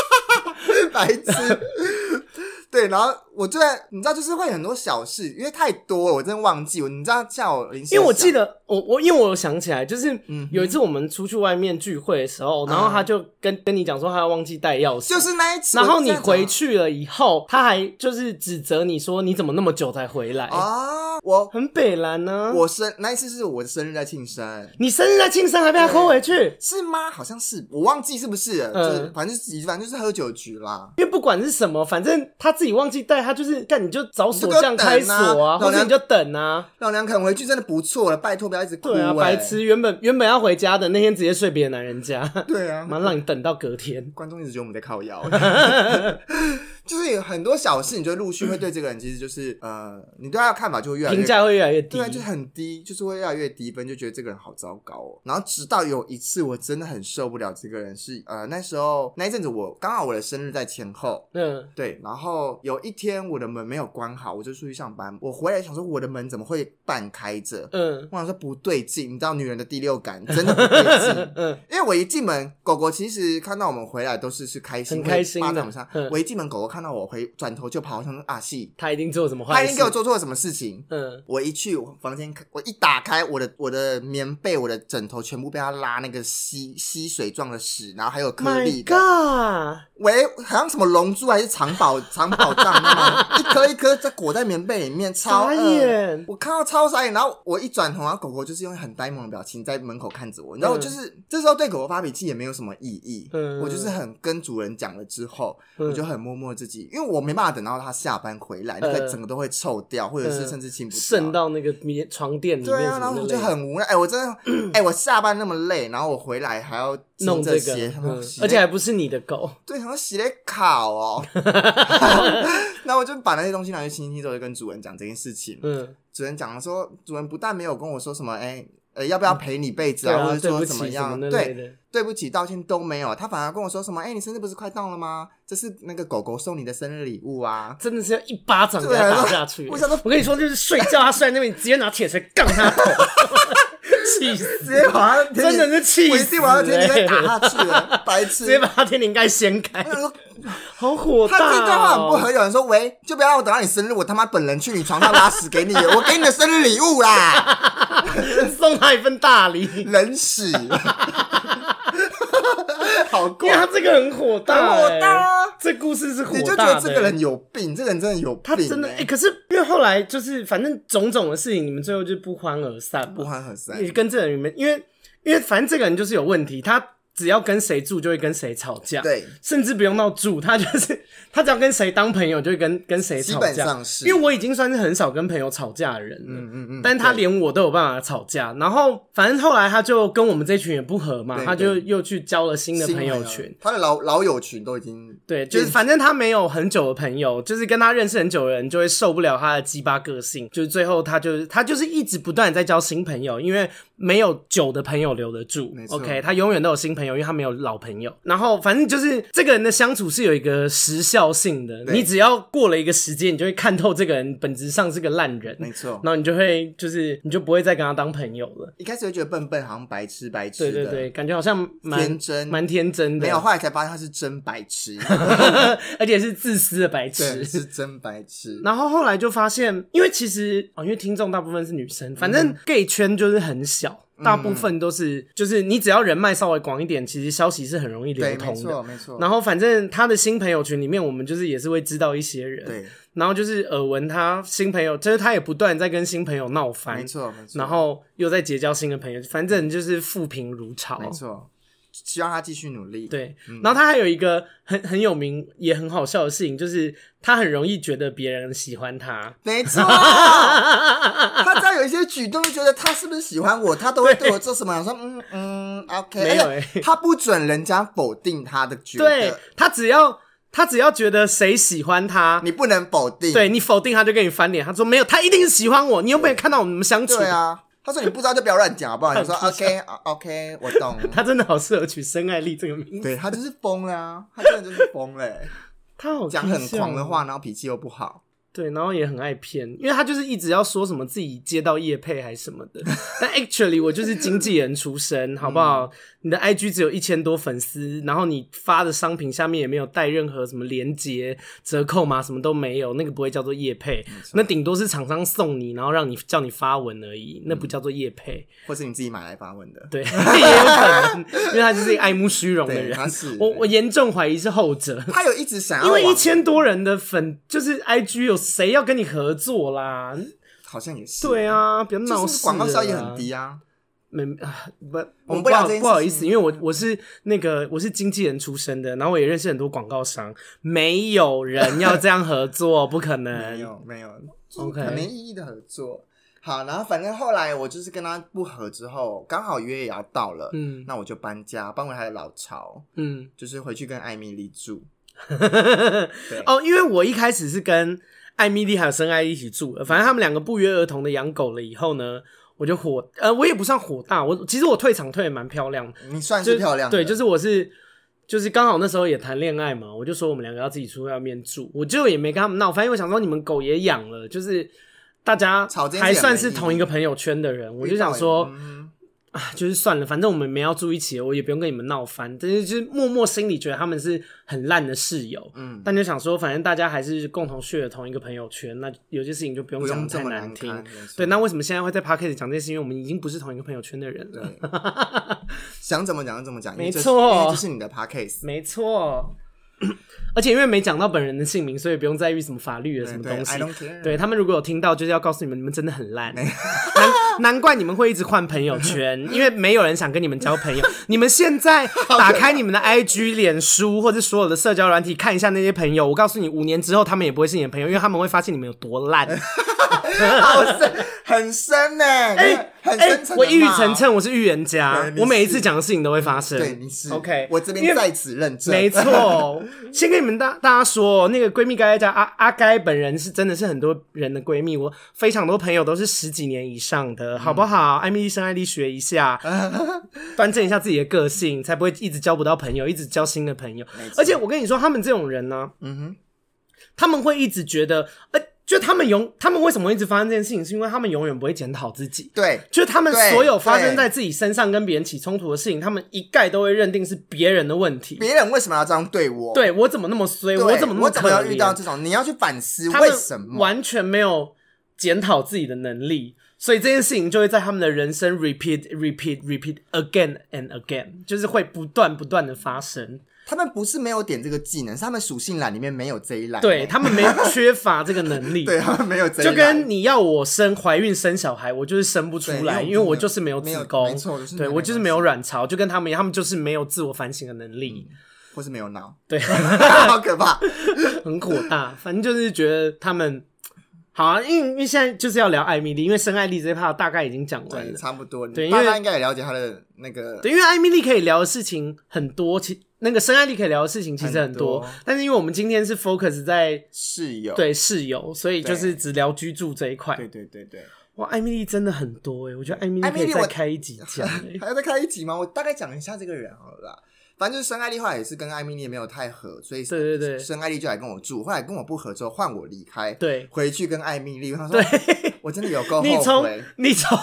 白痴。对，然后我就在，你知道，就是会很多小事，因为太多了，我真的忘记。我你知道，像我临 时因为我记得，得我我因为我有想起来，就是嗯哼有一次我们出去外面聚会的时候，然后他就跟跟你讲说他忘记带钥匙，就是那一次，然后你我就这样回讲去了以后，他还就是指责你说你怎么那么久才回来，啊，我很北蓝呢。我生那一次是我的生日在庆生，你生日在庆生还被他扣回去，是吗？好像是，我忘记是不是了，嗯就是反正就是反正就是喝酒局啦。因为不管是什么，反正他自己忘记带，他就是干你就找就锁给我匠开锁等啊，啊或者老娘你就等啊。老娘肯回去真的不错了，拜托不要一直哭、对啊，欸白。痴，原本原本要回家的那天直接睡别的男人家， 对啊，妈让你等到隔天。观众一直觉得我们在靠腰， 就是有很多小事，你就陆续会对这个人，其实就是呃，你对他的看法就会越来评越。价会越来越低对，啊，就是很低，就是会越来越低分，就觉得这个人好糟糕哦。然后直到有一次，我真的很受不了这个人是，呃，那时候那一阵子我刚好我的生日在前后，嗯，对，然后有一天我的门没有关好，我就出去上班。我回来想说，我的门怎么会半开着？嗯。我想说不对劲，你知道女人的第六感真的不对劲嗯，因为我一进门，狗狗其实看到我们回来都是是开心，很开心的会扒在我们上嗯。我一进门，狗狗看到我回转头就跑，我想说啊，是他一定做什么它坏一事定给我？做错了什么事情。嗯，我一去我房间，我一打开我的我的棉被，我的枕头全部被它拉那个吸吸水状的屎，然后还有颗 My 粒 God！的。喂，好像什么龙珠还是藏宝 藏宝藏那么一颗一颗在裹在棉被里面，超嗯傻饿。眼，我看到超傻眼，然后我一转头，然后狗狗就是用很呆萌的表情在门口看着我，然后我就是、这时候对狗狗发脾气也没有什么意义，嗯我就是很跟主人讲了之后，嗯我就很默默自己，因为我没办法等到它下班回来，那嗯个整个都会臭掉，或者是嗯甚至清不渗掉。到那个棉床垫里面对什啊，然后么我之就类的。很无奈，哎、我 真的，哎、我下班那么累，然后我回来还要清弄这这个些，，嗯洗而那且还不是你的狗，对，想要洗嘞烤哦。 那我就把那些东西拿去清一清之后，就跟主人讲这件事情。嗯，主人讲了说，主人不但没有跟我说什么，哎、呃，要不要赔你被子对啊，啊，或者对说不怎么起样？那类对，的，对不起，道歉都没有。他反而跟我说什么，哎、你生日不是快到了吗？这是那个狗狗送你的生日礼物啊。真的是要一巴掌给对他啊打下去。我想说我跟你说，就是睡觉，他睡在那边，你直接拿铁锤杠他 头，气直死！接好像真的是气我一死定我要天天欸在打下去 了，白直痴。接 把他天灵盖掀开我，想说好火他大！哦这段话很不合。有人说：“喂，就不要让我等到你生日，我他妈本人去你床上拉屎给你，我给你的生日礼物啦。” 送他一份大礼，因冷屎，好为他怪，这个很火大、很欸，火大啊这故事是火大的、你就觉得这个人有病，这个人真的有病、他真的哎、哎、欸可是因为后来就是反正种种的事情，你们最后就不欢而散不嘛。欢而散你。跟这个人没，因为因为反正这个人就是有问题，他只要跟谁住就会跟谁吵架，，对，甚至不用到住，他就是他只要跟谁当朋友就会跟跟谁基吵本架。上是，因为我已经算是很少跟朋友吵架的人了，嗯嗯嗯，但他对连我都有办法吵架。然后反正后来他就跟我们这群也不合嘛，对他就对又去交了新的新朋友圈。，他的老老友群都已经对，就是嗯反正他没有很久的朋友，就是跟他认识很久的人就会受不了他的鸡巴个性，就是最后他就是他就是一直不断地在交新朋友，因为没有久的朋友留得住没。错 OK，他永远都有新朋友，因为他没有老朋友。然后反正就是这个人的相处是有一个时效性的，对你只要过了一个时间，你就会看透这个人本质上是个烂人，没错然。后你就会就是你就不会再跟他当朋友了。一开始就觉得笨笨，好像白痴白痴对的，对对，感觉好像蛮天真蛮天真的，没有，后来才发现他是真白痴， 而且是自私的白痴 对，。是真白痴。然后后来就发现，因为其实哦，因为听众大部分是女生，嗯反正 gay 圈就是很小，大部分都是就是你只要人脉稍微广一点，其实消息是很容易流对，没通的。错没错。然后反正他的新朋友群里面，我们就是也是会知道一些人，对，然后就是耳闻他新朋友，就是他也不断在跟新朋友闹翻没，错没错。然后又在结交新的朋友，反正就是富贫如潮。没错，嗯希望他继续努力。，哦对，然后他还有一个很很有名也很好笑的事情，就是他很容易觉得别人喜欢他。没 错。他只要有一些举动，就觉得他是不是喜欢我，他都会对我做什么。 我说嗯嗯，OK。没有而且欸他不准人家否定他的觉对得，他只要他只要觉得谁喜欢他，你不能否定。对你否定他就跟你翻脸。他说没有，他一定是喜欢我。你有没有看到我们怎么相处？对啊，他说你不知道就不要乱讲，好不好？ 你说很搞笑 OK 啊 OK，我懂。 他真的好适合取“深爱力”这个名字，对他就是疯了啊，他真的就是疯了欸， 他好啊讲很狂的话。话，然后脾气又不好。对，然后也很爱骗，因为他就是一直要说什么自己接到业配还是什么的，但 actually 我就是经纪人出身，好不嗯好？你的 IG 只有一千多粉丝，然后你发的商品下面也没有带任何什么连接、折扣码，什么都没有，那个不会叫做业配，那顶多是厂商送你，然后让你叫你发文而已，那嗯不叫做业配，或是你自己买来发问的，对，也 有可能，因为他就是一个爱慕虚荣的对，人他，是我我严重怀疑是后者。他有一直想要因往，为一千多人的粉，就是 IG 有谁要跟你合作啦？好像也是对，啊，不要闹就事是了。广告效益很低啊，没啊不，我们不不聊好这件不好事意情思，因为我我是那个我是经纪人出身的，然后我也认识很多广告商，没有人要这样合作， 不可没能。有没有，就是嗯 OK 很没意义的合作。好，然后反正后来我就是跟他不合之后，刚好约也要到了，嗯那我就搬家，搬回他的老巢，嗯，就是回去跟艾米丽住。对哦，因为我一开始是跟艾米丽还有深爱一起住的，反正他们两个不约而同的养狗了以后呢，我就火，呃，我也不算火大，我其实我退场退的蛮漂亮的，你算就是漂亮的，对，就是我是，就是刚好那时候也谈恋爱嘛，我就说我们两个要自己出外面住，我就也没跟他们闹，反正我想说你们狗也养了，就是大家吵这件事还也算没是意义同一个朋友圈的人，我遇就到想也说嗯啊， 就是算了，反正我们没要住一起，我也不用跟你们闹翻，但是就是默默心里觉得他们是很烂的室友。嗯，但就想说，反正大家还是共同 share 同一个朋友圈，那有些事情就不用不讲用得这太么难听堪。。没错对，那为什么现在会在 p o d c a s t 讲这些事？因为我们已经不是同一个朋友圈的人了。对， 想怎么讲就怎么讲，因为没这是错因为这是你的 podcast， 没错， 而且因为没讲到本人的姓名，所以不用在意什么法律的什么对东，I 西。 don't care，对他们如果有听到，就是要告诉你们，你们真的很烂， 难难怪你们会一直换朋友圈，因为没有人想跟你们交朋友。你们现 在打开你们的 IG、脸书或者所有的社交软体，看一下那些朋友，我告诉你，五年之后他们也不会是你的朋友，因为他们会发现你们有多 烂。好深，很深呢，哎，很哎深沉的骂。哦我一语成谶，我是预言家对，你我每一次讲的事情都会发生。对，你是 OK，我这因为边在此认证，没错， 先跟你们大大家说，哦那个闺蜜该该家阿阿该本人是真的是很多人的闺蜜，我非常多朋友都是十几年以上嗯的，好不好？艾米丽生艾丽学一 下，端正一下自己的个性，才不会一直交不到朋友，一直交新的朋友。而且我跟你说，他们这种人呢、嗯哼，他们会一直觉得，呃，就他们永，他们为什么会一直发生这件事情，是因为他们永远不会检讨自己。对，就是他们对所有发对生在自己身上跟别人起冲突的事情，他们一概都会认定是别人的问题。别人为什么要这样对我？对我怎么那么衰，对，我怎么那我么怎可么要遇到怜？这种？你要去反思他为们什么？完全没有检讨自己的能力，所以这件事情就会在他们的人生 repeat repeat repeat again and again，就是会不断不断的发生。他们不是没有点这个技能，是他们属性栏里面 没有这一栏。对他们没有缺乏这个能力，对，他们没有这一就栏。跟你要我生怀孕生小孩，我就是生不出对来，因因为为我我就就是没有没有子宫，没错就是没对有我就是没有卵巢，就跟他们一样，他们就是没有自我反省的能嗯力，或是没有脑， 对。好可怕。很火大，反正就是觉得他们好啊，因为因为现在就是要聊艾米丽，因为深爱丽这一趴大概已经讲完对，了。差不多。对因大为家应该也了解他的那个对，因为艾米丽可以聊的事情很多，其那个深爱丽可以聊的事情其实很多，很多但是因为我们今天是 focus 在室友。对室友，所以就对是只聊居住这一块。对对对对，哇，艾米丽真的很多哎、我觉得艾米丽艾米可丽以再我开一集讲、欸。 还要再开一集吗？我大概讲一下这个人好了啦。反正就是深爱丽后来也是跟艾米丽没有太合，所以对对对深爱丽就来跟我住，后来跟我不合之后换我离开，对回去跟艾米丽，他说对，我真的有 够你后从悔，你从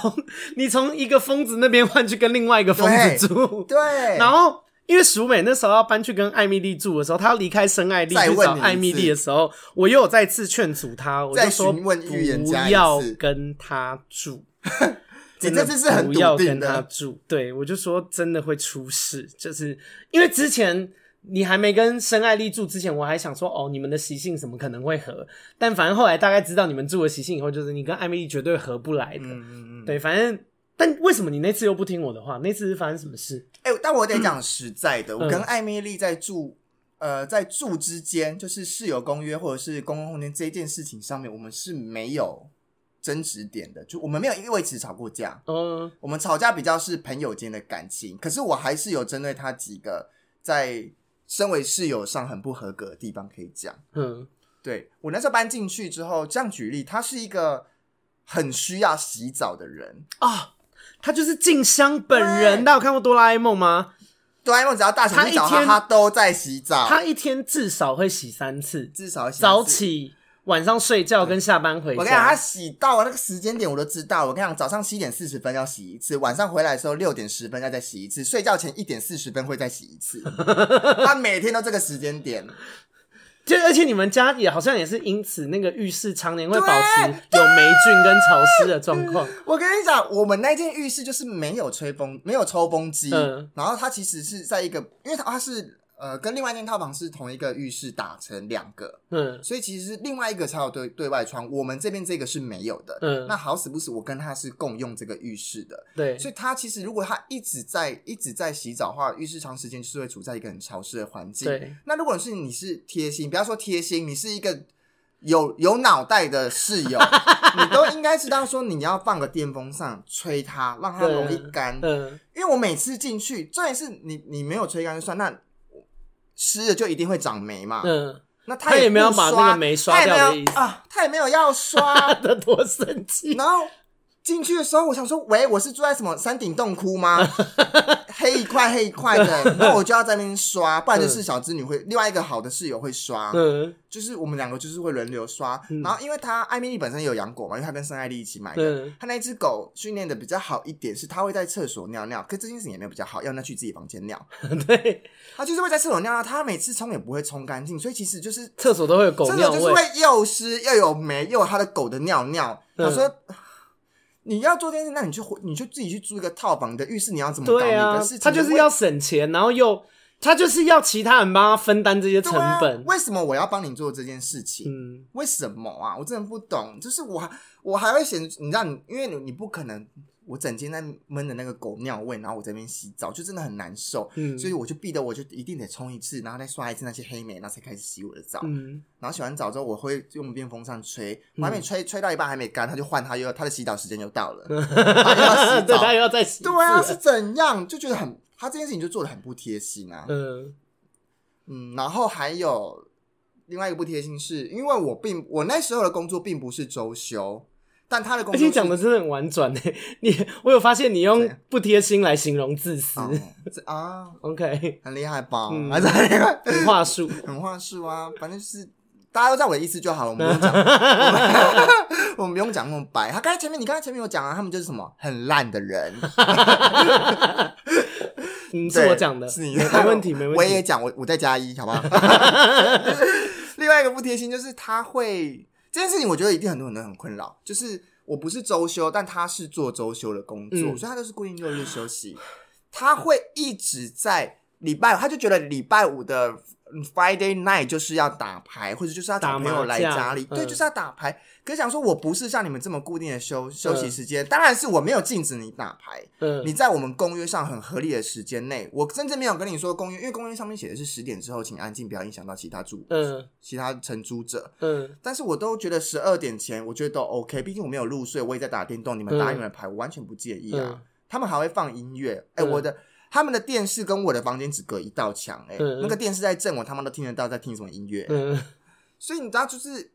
你从一个疯子那边换去跟另外一个疯子住，对，然后因为淑美那时候要搬去跟艾米丽住的时候，她要离开深爱丽再去问找你一艾米丽次的时候，我又有再次劝阻她，我就再说询问预言不家一要次跟她住。 你真的这次是很不要笃定跟的她住，对我就说真的会出事，就是因为之前你还没跟深爱丽住之前，我还想说哦，你们的习性什么可能会合，但反正后来大概知道你们住的习性以后，就是你跟艾米丽绝对合不来的，嗯嗯嗯，对，反正。但为什么你那次又不听我的话？那次是发生什么事？哎、但我得讲实在的，我跟嗯艾米丽在住。呃，在住之间，就是室友公约或者是公共空间这件事情上面，我们是没有争执点的，就我们没有因为此吵过架。嗯，我们吵架比较是朋友间的感情，可是我还是有针对他几个在身为室友上很不合格的地方可以讲。嗯，对我那时候搬进去之后，这样举例，他是一个很需要洗澡的人。啊，他就是静香本人。大家有看过哆啦 A 梦吗？哆啦 A 梦只要大他雄一去找他，天他都在洗澡，他一天至少会洗三次，至少洗早一次。起、晚上睡觉跟下班回我跟你讲，他家。洗到那个时间点我都知道。我跟你讲，早上七点四十分要洗一次，晚上回来的时候六点十分要再洗一次，睡觉前一点四十分会再洗一 次。他每天都这个时间点，就而且你们家也好像也是因此，那个浴室常年会对保持有霉菌跟潮湿的状况。我跟你讲，我们那间浴室就是没有吹风，没有抽风机，嗯然后它其实是在一个，因为它它是呃跟另外一间套房是同一个浴室打成两个，嗯所以其实是另外一个才有对对外窗，我们这边这个是没有的。嗯那，好死不死，我跟他是共用这个浴室的，对，所以他其实如果他一直在一直在洗澡的话，浴室长时间就是会处在一个很潮湿的环境。对，那如果是你是贴心，不要说贴心，你是一个有有脑袋的室友，你都应该知道说你要放个电风扇吹它，让它容易干。嗯，因为我每次进去，重点是你你没有吹干就算，那湿了就一定会长霉嘛。嗯，那他也也没有把不刷那个霉刷他也没掉的有意思。啊，他也没有要刷他多生 气。然后进去的时候，我想说，喂，我是住在什么山顶洞窟吗？黑一块黑一块的，那我就要在那边刷，不然就是小织女会，另外一个好的室友会刷，嗯就是我们两个就是会轮流刷。嗯然后因为他艾米丽本身也有养狗嘛，因为她跟圣艾丽一起买的。嗯她那只狗训练的比较好一点，是它会在厕所尿尿，可这件事情也没有比较好，要它去自己房间尿。对，它就是会在厕所尿尿，它每次冲也不会冲干净，所以其实就是厕所都会有狗真的尿就是味。会又湿又有霉，又有他的狗的尿尿。嗯他说。你要做这件事，那你就回你就自己去租一个套房的浴室，你要怎么搞你对啊的事情？，他就是要省钱，然后又他就是要其他人帮他分担这些对成啊本。为什么我要帮你做这件事情？嗯，为什么啊？我真的不懂。就是我还我还会嫌你知道你，因为你你不可能我整天在闷的那个狗尿味，然后我在那边洗澡，就真的很难受。嗯所以我就逼得我就一定得冲一次，然后再刷一次那些黑霉，然后才开始洗我的澡。嗯，然后洗完澡之后，我会用电风扇吹，我还没吹，吹到一半还没干，他就换他又他的洗澡时间又到了， 他又要洗对，他澡。又要再洗。对啊，是，怎样？就觉得很，他这件事情就做的很不贴心啊。嗯嗯，然后还有另外一个不贴心是，因为我并我那时候的工作并不是周休，但他的工而且作是哎你讲的真的很婉转呢。欸 你我有发现你怎用样不贴心来形容自私。哦这啊， OK，很厉害吧？嗯还是很厉害，很话术。很话术啊，反正就是大家都知道我的意思就好了，我们不用讲，我们 我们不用讲那么白。他刚才前面，你刚才前面有讲啊，他们就是什么很烂的人，嗯，是对我讲的，是你没 没问题，没问我也题。讲，我我再加一，好 不 好？另外一个不贴心就是他会这件事情，我觉得一定很多很多人很困扰，就是我不是周休，但他是做周休的工作，嗯所以他就是固定六日休息，他会一直在礼拜，他就觉得礼拜五的。嗯 Friday night 就是要打牌，或者就是要打找朋友麻来将家里，对，嗯就是要打牌。可是想说，我不是像你们这么固定的休休息时间，当然是我没有禁止你打牌，嗯你在我们公约上很合理的时间内，我甚至没有跟你说公约，因为公约上面写的是十点之后请安静，不要影响到其他住、嗯其他承租者。嗯但是我都觉得十二点前，我觉得都 OK，毕竟我没有入睡，我也在打电动，你们打你们的牌，我完全不介意啊。嗯他们还会放音乐，哎、嗯我的他们的电视跟我的房间只隔一道墙、哎、嗯嗯那个电视在震，我他妈都听得到在听什么音乐。嗯所以你知道，就是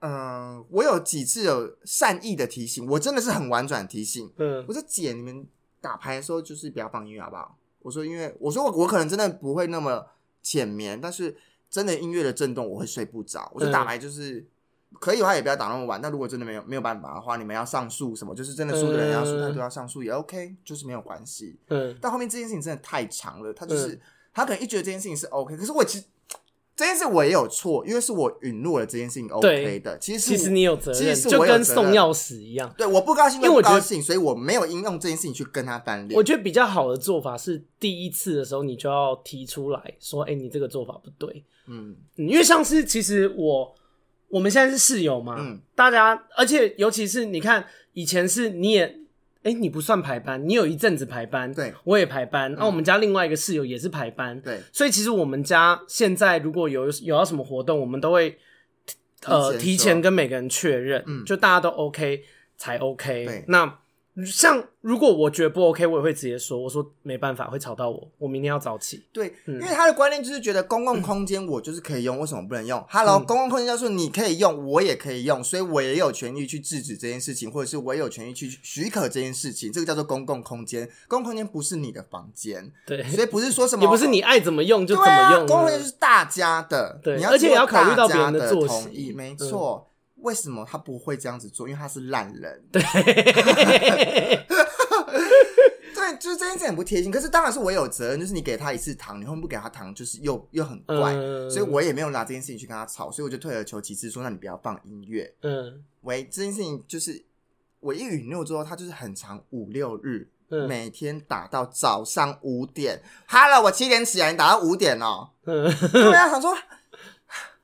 嗯、我有几次有善意的提醒，我真的是很婉转提醒，嗯我说姐，你们打牌的时候就是不要放音乐好不好？我说因为我说我我可能真的不会那么浅眠，但是真的音乐的震动我会睡不着。我嗯说打牌就是。可以的话也不要打那么晚，但如果真的没有没有办法的话，你们要上诉什么，就是真的输的人要输，嗯态度要上诉也 OK，就是没有关系。嗯但后面这件事情真的太长了，他就是、嗯他可能一觉得这件事情是 OK，可是我其实这件事我也有错，因为是我允诺了这件事情 OK 的，其实是其实你有责其任，实是就我有跟责送任钥匙一样。对我不高兴，因为我不觉得高兴，所以我没有应用这件事情去跟他翻脸我。觉得比较好的做法是，第一次的时候你就要提出来说：“哎、你这个做法不对。嗯嗯”因为上次其实我我们现在是室友嘛，嗯大家，而且尤其是你看，以前是你也，哎、你不算排班，你有一阵子排班，对，嗯我也排班，那、我们家另外一个室友也是排班，对，所以其实我们家现在如果有有要什么活动，我们都会呃提提前前说跟每个人确认，嗯就大家都 OK 才 OK。对那像如果我觉得不 OK，我也会直接说，我说没办法，会吵到我，我明天要早起。对，因为他的观念就是觉得公共空间我就是可以用，为什么不能用？Hello，、公嗯共空间叫做你可以用，我也可以用，所以我也有权利去制止这件事情，或者是我也有权利去许可这件事情，这个叫做公共空间。公共空间不是你的房间，对，所以不是说什么哎也不是你爱怎么用就对怎么啊、用公啊、会就是大家的，对你要而且经过也要考虑到别人大的家的作息嗯同意，没错。为什么他不会这样子做？因为他是烂人。对，就是这件事很不贴心。可是当然是我有责任，就是你给他一次糖，你后面不给他糖，就是又又很 怪。嗯所以我也没有拿这件事情去跟他吵，所以我就退而求其次，说那你不要放音乐。嗯喂，这件事情就是我一允诺之后，他就是很长五六日，嗯每天打到早上五点。Hello，我七点起来，你打到五 点哦。嗯，对啊，想说，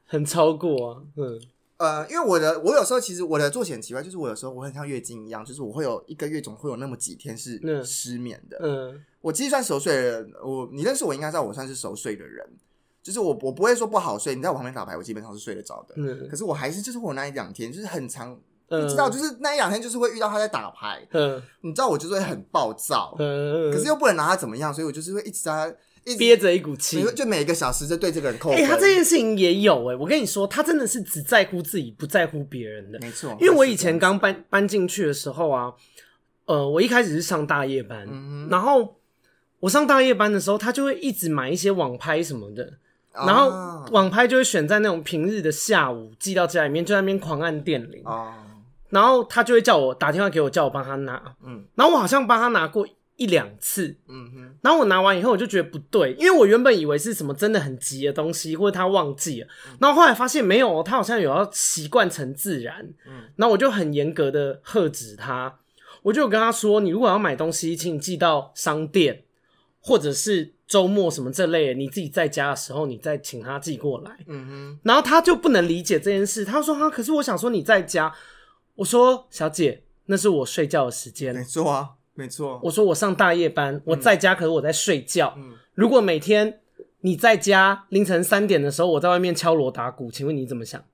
很超过啊，嗯呃，因为我的我有时候其实我的作息很奇怪，就是我有时候我很像月经一样，就是我会有一个月总会有那么几天是嗯失眠的。嗯我其实算熟睡的人，我你认识我应该知道我算是熟睡的人，就是我我不会说不好睡，你在我旁边打牌，我基本上是睡得着的。嗯可是我还是就是我那一两天就是很长，嗯，你知道，就是那一两天就是会遇到他在打牌，嗯你知道我就是会很暴躁，嗯，可是又不能拿他怎么样，所以我就是会一直在他一直憋着一股气，就就每一个小时就对这个人扣哎、分。他这件事情也有哎、我跟你说，他真的是只在乎自己，不在乎别人的。没错，因为我是以这样前刚搬搬进去的时候啊，呃，我一开始是上大夜班，嗯然后我上大夜班的时候，他就会一直买一些网拍什么的，啊然后网拍就会选在那种平日的下午寄到家里面，就在那边狂按电铃，哦，然后他就会叫我打电话给我，叫我帮他拿，嗯然后我好像帮他拿过一两次，嗯哼，然后我拿完以后，我就觉得不对，因为我原本以为是什么真的很急的东西，或者他忘记了。然后后来发现没有哦，他好像有要习惯成自然。嗯然后我就很严格的喝止他，我就有跟他说：“你如果要买东西，请你寄到商店，或者是周末什么这类的，你自己在家的时候，你再请他寄过来。”嗯哼，然后他就不能理解这件事，他说：“啊哈、可是我想说你在家。”我说：“小姐，那是我睡觉的时间。”没错啊，没错，我说我上大夜班，我在家，可是我在睡觉。嗯如果每天你在家凌晨三点的时候，我在外面敲锣打鼓，请问你怎么嗯想？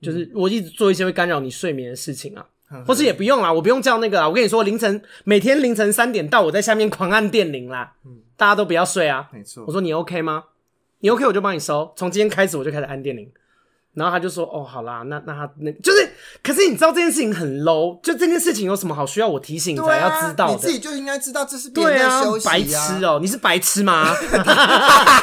就是我一直做一些会干扰你睡眠的事情啊，哼或是也不用啦，我不用叫那个啦。我跟你说，凌晨每天凌晨三点到，我在下面狂按电铃啦，嗯大家都不要睡啊。没错，我说你 OK 吗？你 OK 我就帮你收，从今天开始我就开始按电铃。然后他就说：“哦，好啦，那那他那就是，可是你知道这件事情很 low，就这件事情有什么好需要我提醒你才对要啊，知道的？你自己就应该知道这是别对人啊在休，息、白痴哦、你是白痴吗？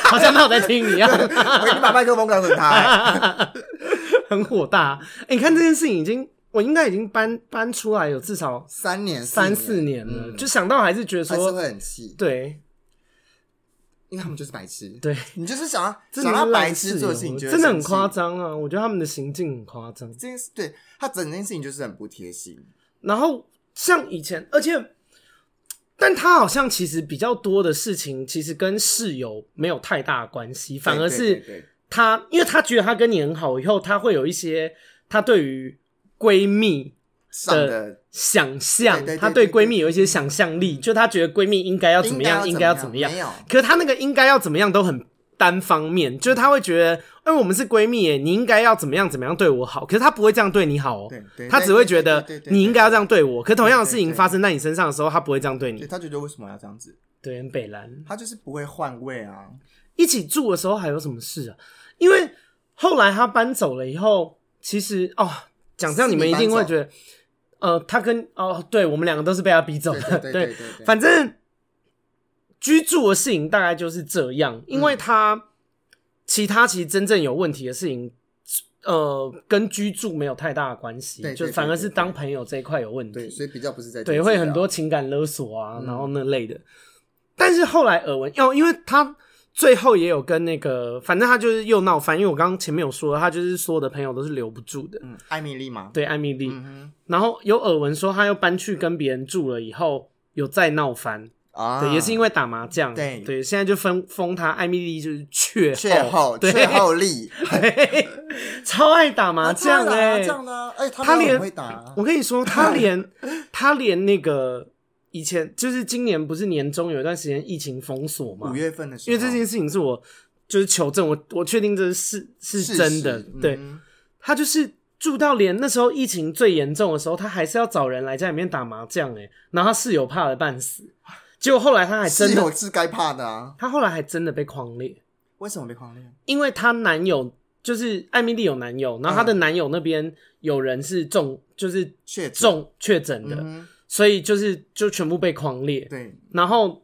好像没有在听你一样，啊我已经把麦克风给给他、 很火大。欸你看这件事情已经，我应该已经搬搬出来有至少三年嗯三四年了，就想到还是觉得还是说，会很气，对因为他们就是白痴，对，你就是想要真的想是要白烂痴事做哦的事情，真的很夸。张啊！我觉得他们的行径很夸张。这件事对他整件事情就是很不贴心，然后像以前，而且，但他好像其实比较多的事情，其实跟室友没有太大的关系，反而对对对是对他，因为他觉得他跟你很好，以后他会有一些他对于闺蜜上的想象对对，对他对对对闺蜜有一些想象力，就他觉得闺蜜应该要怎么样，应该要怎么样没，有，可是他那个应该要怎么样都很单方面，就是他会觉得，哎、我们是闺蜜耶，你应该要怎么样怎么样对我好，可是他不会这样对你好哦、对对他只会觉得对对对对对你应该要这样对我。可同样的事对对情对发生在你身上的时候，他不会这样对对你。他觉得为什么要这样子？对，很北兰他就是不会换位啊，一起住的时候还有什么事啊？因为后来他搬走了以后，其实哦，讲这样是你们你一定搬会走觉得，呃，他跟哦，对我们两个都是被他逼走对的，对 对对对对，哦反正居住的事情大概就是这样，因嗯为他其他其实真正有问题的事情，呃，跟居住没有太大的关系，对对就对反而是对当朋友这一块有问对，题，所以比较不是在对，地会知很道多情感勒索啊，嗯然后那类的。但是后来耳闻，要、因为他最后也有跟那个，反正他就是又闹翻，因为我刚刚前面有说，他就是所有的朋友都是留不住的，嗯，艾米丽嘛，对，艾米丽。嗯然后有耳闻说，他又搬去跟别人住了以后，有再闹翻。哼啊，对，也是因为打麻将，对对，现在就封封他，艾米丽就是 雀雀后哦对，雀后 力超爱打啊麻将哎、这样呢，哎，他他们连很会打啊，我跟你说，他连 他连那个以前就是今年不是年中有一段时间疫情封锁嘛五，月份的时因候，为这件事情是我就是求证，我我确定这是是事真的实，对嗯他就是。住到连那时候疫情最严重的时候，他还是要找人来家里面打麻将哎、然后他室友怕的半死，结果后来他还哎真室的，友是该怕的啊，他后来还真的被框列，为什么被狂恋？因为她男友就是艾米丽有男友，然后她嗯的男友那边有人是中，就是确诊中确诊的，嗯哼，所以就是就全部被框列，对，然后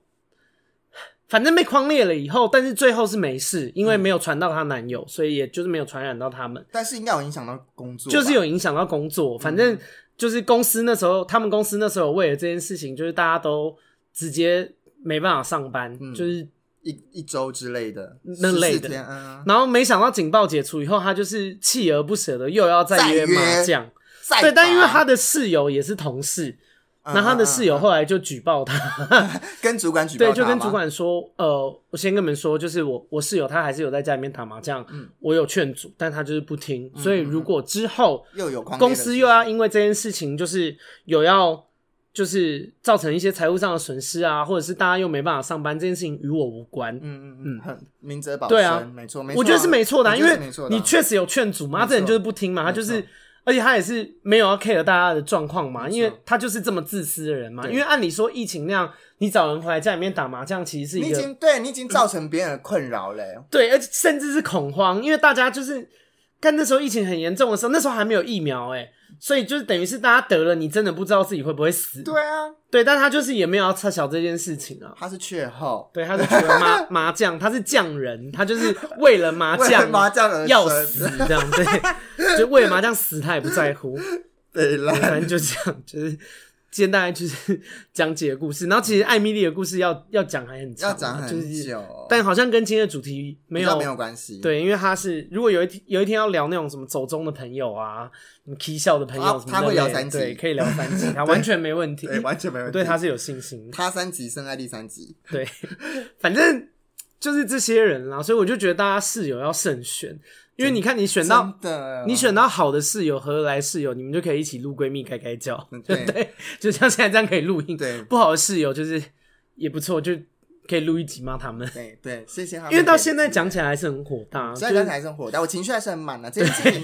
反正被框列了以后，但是最后是没事，因为没有传到她男嗯友，所以也就是没有传染到他们，但是应该有影响到工作吧，就是有影响到工嗯作，反正就是公司那时候，他们公司那时候为了这件事情，就是大家都直接没办法上班，嗯就是一一周之类的，那14类的天嗯，然后没想到警报解除以后，他就是锲而不舍的又要再再约约麻将。再对，但因为打他的室友也是同事，啊嗯那他的室友嗯后来就举报他，嗯跟主管举报对，他就跟吗主管说，呃，我先跟你们说，就是我我室友他还是有在家里面打麻将，嗯我有劝阻，但他就是不听，嗯所以如果之后又有狂恋的公司又要因为这件事情，就是有要。就是造成一些财务上的损失啊，或者是大家又没办法上班，这件事情与我无关。嗯嗯嗯嗯，很明哲保对啊身没错没错啊，我觉得是没错的啊、我因觉得为是没错的啊你确实有劝阻嘛，没他错这人就是不听嘛，他就没是错，而且他也是没有要 care 大家的状况嘛，没错因为他就是这么自私的人嘛。对因为按理说疫情那样，你找人回来家里面打麻将，其实是你一已个经对你已经造成别人的困扰嘞，对，而且甚至是恐慌，因为大家就是干那时候疫情很严重的时候，那时候还没有疫苗哎、所以就是等于是大家得了，你真的不知道自己会不会死。对啊，对，但他就是也没有要撤小这件事情啊。他是雀 后，对，他是觉得 麻麻将，他是匠人，他就是为了麻为了将麻将而 生要死这样，对，就为了麻将死他也不在乎，对啦， 反正就这样，就是今天大概就是讲解故事，然后其实艾米丽的故事要要讲还很长要啊，讲很就是，久，但好像跟今天的主题没比有较没有关系，对，因为他是如果有一天有一天要聊那种什么走中的朋友啊，什么 K 笑的朋友啊什么之类的，他会聊三集对，可以聊三 集，他完全没问题，对，完全没问我题，对他是有信心的。他三集生在第三集，对，反正就是这些人啦，所以我就觉得大家室友要慎选，因为你看你选到真的啊你选到好的室友、合得来室友，你们就可以一起录闺蜜改改叫，嗯对对对，就像现在这样可以录音。对不好的室友就是也不错，就可以录一集骂他们，对对，谢谢他们，因为到现在讲起来还是很火大，虽就然讲起是来还是很火，但我情绪还是很满的、啊这件事 情，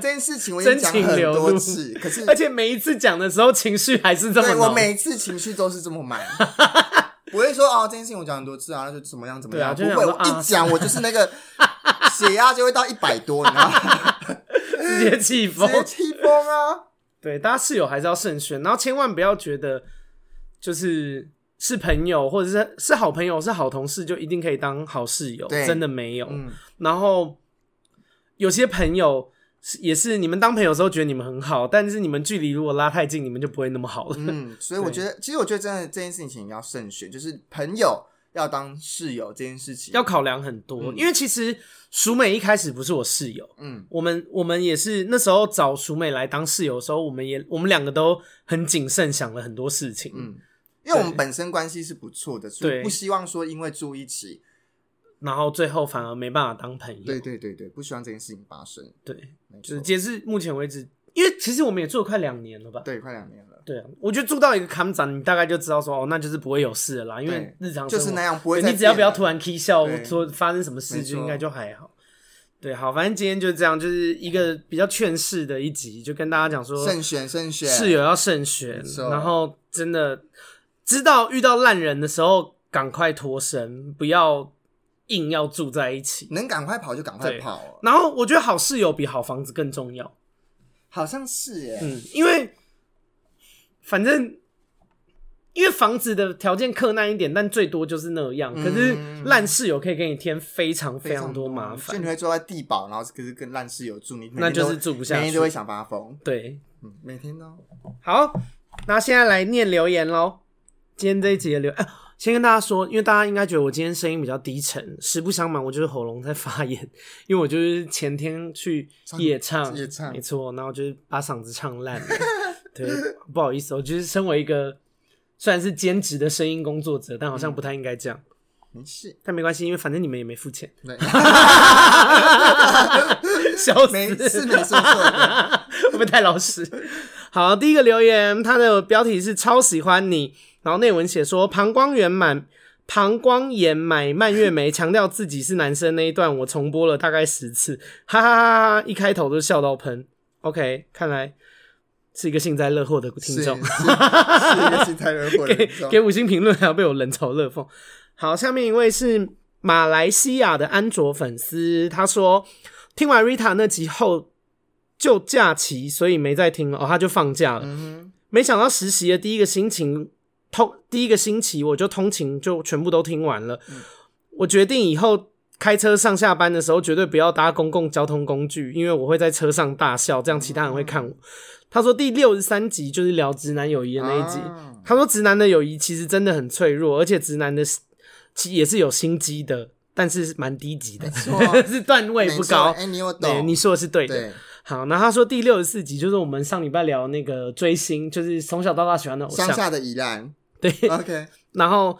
这件事情我已经讲真情很流露多次，可是 而且每一次讲的时候情绪还是这么对我浓。每次情绪都是这么满，不会说哦，这件事情我讲很多次啊，那就怎么样怎么样，对啊就不会，想说我啊一讲我就是 那个血压就会到一百多，你知道吗？直接气直疯，接气疯哦啊！对，大家室友还是要慎选，然后千万不要觉得就是是朋友或者是是好朋友是好同事就一定可以当好室友，对真的没有。嗯，然后有些朋友是也是你们当朋友的时候觉得你们很好，但是你们距离如果拉太近，你们就不会那么好了。嗯，所以我觉得，其实我觉得真的这件事情要慎选，就是朋友要当室友这件事 情要考量很多，因为其实淑美一开始不是我室友，嗯，我们我们也是那时候找淑美来当室友的时候，我们也我们两个都很谨慎，想了很多事情，嗯，因为我们本身关系是不错的，所对以不希望说因为住一起，然后最后反而没办法当朋友。对哦对对对，不希望这件事情发生，对，没就错是，截至目前为止，因为其实我们也住了快两年了吧？对，快两年了，对啊，我觉得住到一个坎展，你大概就知道说哦，那就是不会有事了啦，因为日常生活就是那样，不会对再你只要不要变了突然 k 笑对说发生什么事，没就错应该就还好。对，好，反正今天就这样，就是一个比较劝世的一集，就跟大家讲说慎选慎选室友要慎选没，错然后真的知道遇到烂人的时候，赶快脱身，不要硬要住在一起。能赶快跑就赶快跑、哦然后我觉得好室友比好房子更重要。好像是耶，嗯，因为反正因为房子的条件克难一点，但最多就是那样。可是嗯烂室友可以给你添非常非非常多麻所以烦你，会住在地堡，然后可是跟烂室友住，你每天那就都是住不下每天去都。会想发疯，对，嗯，每天都好，那现在来念留言喽。今天这一集的留，哎、先跟大家说，因为大家应该觉得我今天声音比较低沉，实不相瞒，我就是喉咙在发炎， 因为我就是前天去夜唱，夜唱没错，然后就是把嗓子唱烂了。 对，不好意思哦，我就是身为一个虽然是兼职的声音工作者，但好像不太应该这样，嗯没事，但没关系，因为反正你们也没付 钱， 对，笑死，没是没说 错的，会不会太老实？好，第一个留言，它的标题是“超喜欢你”，然后内文写说膀胱圆满。膀胱炎买蔓越莓，强调自己是男生那一段，我重播了大概十次，哈哈哈哈！一开头就笑到喷。OK，看来是一个幸灾乐祸的听是是众。是一个心态惹祸的给人这种给五星评论，还要被我冷嘲热讽。好，下面一位是马来西亚的安卓粉丝，他说听完 Rita 那集后就假期，所以没再听了哦，他就放假了。嗯没想到实习的第一个心情通第一个星期我就通勤就全部都听完了。嗯我决定以后开车上下班的时候绝对不要搭公共交通工具，因为我会在车上大笑，这样其他人会嗯看我。他说第六十三集就是聊直男友谊的哼，那一集，啊他说直男的友谊其实真的很脆弱，而且直男的其也是有心机的，但是是蛮低级的，错 是段位没不错高。哎，你有对，懂，你说的是对的。对，好，那他说第六十四集就是我们上礼拜聊那个追星，就是从小到大喜欢的偶乡像。下的宜兰 对， ，OK，然后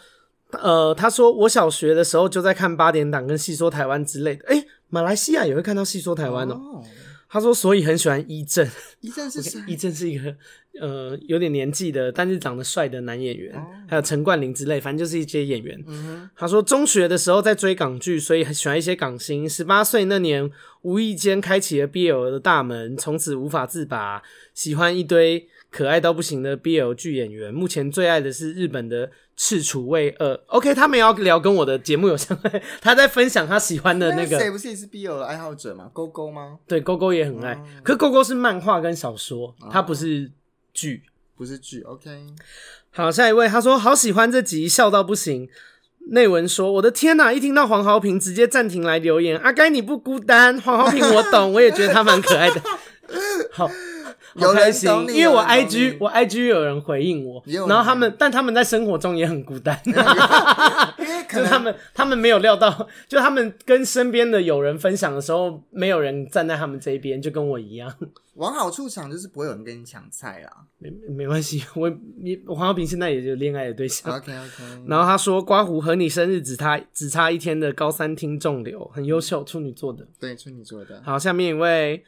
呃，他说我小学的时候就在看八点档跟戏说台湾之类的。诶，马来西亚也会看到戏说台湾哦。哦，他说所以很喜欢一正，宜兰是谁？一正是一个呃有点年纪的，但是长得帅的男演员，哦还有陈冠霖之类，反正就是一些演员。嗯他说中学的时候在追港剧，所以很喜欢一些港星。十八岁那年，无意间开启了 BL 的大门，从此无法自拔，喜欢一堆可爱到不行的 BL 剧演员。目前最爱的是日本的赤楚卫二。OK，他们也要聊跟我的节目有相关， 他在分享他喜欢的哼，那那谁个。不是也是 BL 的爱好者吗？勾勾吗？对，勾勾也很爱，哦可勾勾是漫画跟小说，它不是剧。不是剧，OK，好，下一位，他说好喜欢这集，笑到不行。内文说：“我的天呐！一听到黄豪平，直接暂停来留言。阿该你不孤单，黄豪平我懂，我也觉得他蛮可爱的。好，有好人开心懂，你因为我有人懂 IG 你我 IG 有人回应我也有，人然后他们，但他们在生活中也很孤单，因 为 哎可就他能们他们没有料到，就他们跟身边的友人分享的时候，没有人站在他们这一边，就跟我一样。往好处想，就是不会有人跟你抢菜 啦。没没关系，我也我黄豪平现在也有恋爱的对象。 OK OK，然后他说：“刮胡和你生日只差只差一天的高三听众流，很优秀，处女座的。对，处女座”的，好，下面一位，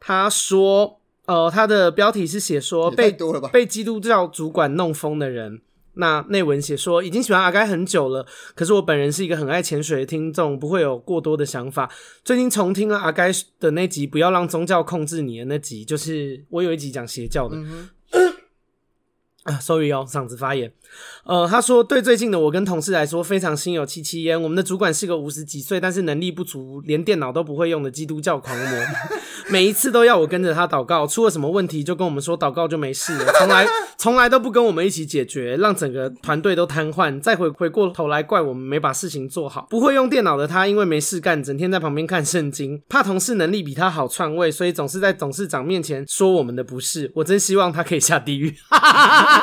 他说：“呃，他的标题是写说也太被多了吧？被基督教主管弄疯的人。”那内文写说，已经喜欢阿该很久了，可是我本人是一个很爱潜水的听众，不会有过多的想法。最近重听了阿该的那集《不要让宗教控制你》的那集，就是我有一集讲邪教的，嗯哼， 啊，sorry 哦，嗓子发炎。呃，他说对最近的我跟同事来说非常心有戚戚焉。我们的主管是个五十几岁，但是能力不足，连电脑都不会用的基督教狂魔，每一次都要我跟着他祷告，出了什么问题就跟我们说祷告就没事了，从来从来都不跟我们一起解决，让整个团队都瘫痪。再回回过头来怪我们没把事情做好。不会用电脑的他，因为没事干，整天在旁边看圣经，怕同事能力比他好篡位，所以总是在董事长面前说我们的不是。我真希望他可以下地狱。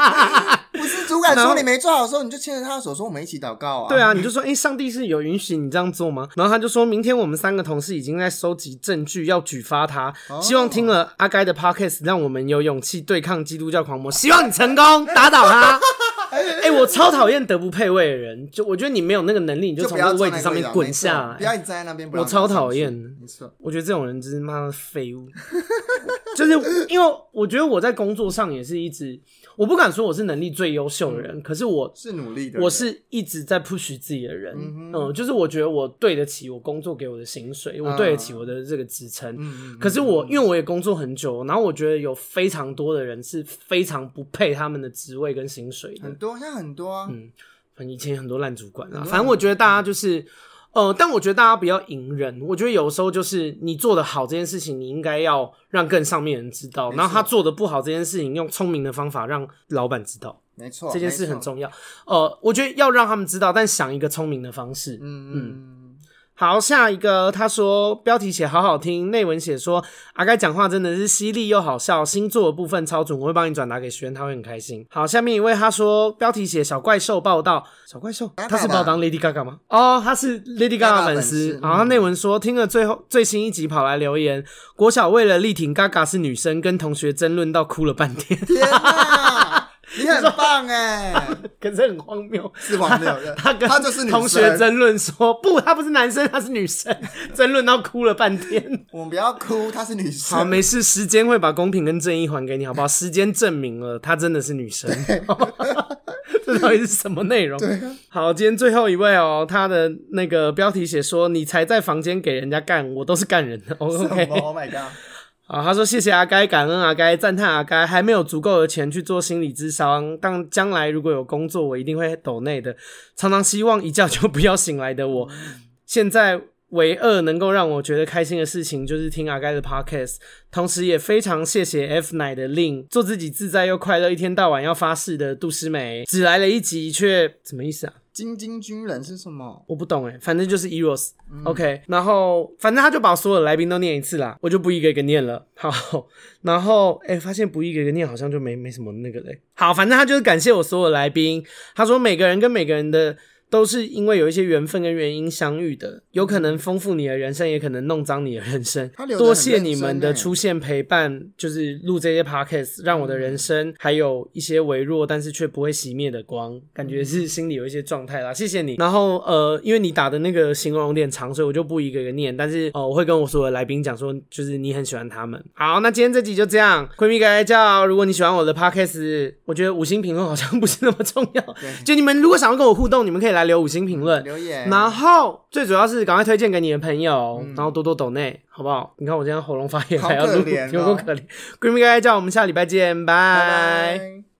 不是主管然后说你没做好的时候，你就牵着他的手说我们一起祷告啊。对，啊，你就说，哎、上帝是有允许你这样做吗？ 然后他就说明天我们三个同事已经在收集证据，要举发他。哦希望听了阿该的 podcast，让我们有勇气对抗基督教狂魔。希望你成功，打倒 他。哎、我超讨厌德不配位的人，就我觉得你没有那个能力，你就从不这要个坐位那置个啊上面没滚错下来。不要你站在那边，不我让你超上讨去厌没错，我觉得这种人真是妈的废物， 就是因为我觉得我在工作上也是一直，我不敢说我是能力最优秀的嗯人，可是我是努力的人，我是一直在 push 自己的人，嗯嗯哼就是我觉得我对得起我工作给我的薪水，我对得起我的这个职称。嗯嗯，嗯嗯可是我因为我也工作很久，然后我觉得有非常多的人是非常不配他们的职位跟薪水的嗯很，多，现在很多啊，嗯，以前很多烂主管啊，嗯很多反正我觉得大家就是。呃，但我觉得大家不要隐忍，我觉得有时候就是你做的好这件事情，你应该要让更上面的人知道，没错然后他做的不好这件事情，用聪明的方法让老板知道，没错，这件事没错很，重要。呃，我觉得要让他们知道，但想一个聪明的方式。嗯嗯，好，下一个他说标题写好好听，内文写说阿该讲话真的是犀利又好笑，星座的部分超准，我会帮你转达给学员，他会很开心。好，下面一位他说标题写小怪兽报道，小怪兽 Gaga 他是把我当 Lady Gaga 吗？哦，他是 Lady Gaga Gaga 粉丝嗯粉丝。然后内文说听了最后最新一集跑来留言，国小为了力挺 Gaga 是女生，跟同学争论到哭了半天， 天哪，你很棒哎， 可是很荒谬。是王六 的，他跟他就是女同学生争论说不，他不是男生，他是女生， 争论到哭了半天。 我们不要哭，她是女生。好，没事，时间会把公平跟正义还给你，好 不好？时间证明了她真的是女生。 这到底是什么内容？啊好，今天最后一位哦，他的那个标题写说：“你才在房间给人家干，我都是干人的。哦什么，OK ” o h my god！好，他说：“谢谢阿该，感恩阿该，赞叹阿该，还没有足够的钱去做心理咨商，但将来如果有工作，我一定会抖内的。常常希望一觉就不要醒来的我，现在唯二能够让我觉得开心的事情就是听阿该的 podcast，同时也非常谢谢 F 奶的令，做自己自在又快乐，一天到晚要发誓的杜诗梅，只来了一集却什么意思啊？金金军人是什么？我不懂哎，反正就是 Eros，、OK，然后反正他就把所有的来宾都念一次啦，我就不一个一个念了。好，然后哎、发现不一个一个念好像就没没什么那个嘞。好，反正他就是感谢我所有的来宾，他说每个人跟每个人的。都是因为有一些缘分跟原因相遇的，有可能丰富你的人生，也可能弄脏你的人生他留。得很多谢你们的认真欸出现陪伴，就是录这些 podcast，让我的人生还有一些微弱，但是却不会熄灭的光，感觉是心里有一些状态啦。谢谢你。然后呃，因为你打的那个形容有点长，所以我就不一个一个念，但是呃，我会跟我所有的来宾讲说，就是你很喜欢他们。好，那今天这集就这样，闺蜜该叫。如果你喜欢我的 podcast，我觉得五星评论好像不是那么重要，就你们如果想要跟我互动，你们可以来留五星评论。留言。然后最主要是赶快推荐给你的朋友，然后多多抖内，好不好？你看我今天喉咙发炎嗯好还要录，可怜哦有够可怜。闺蜜该该叫，我们下礼拜见，拜拜拜。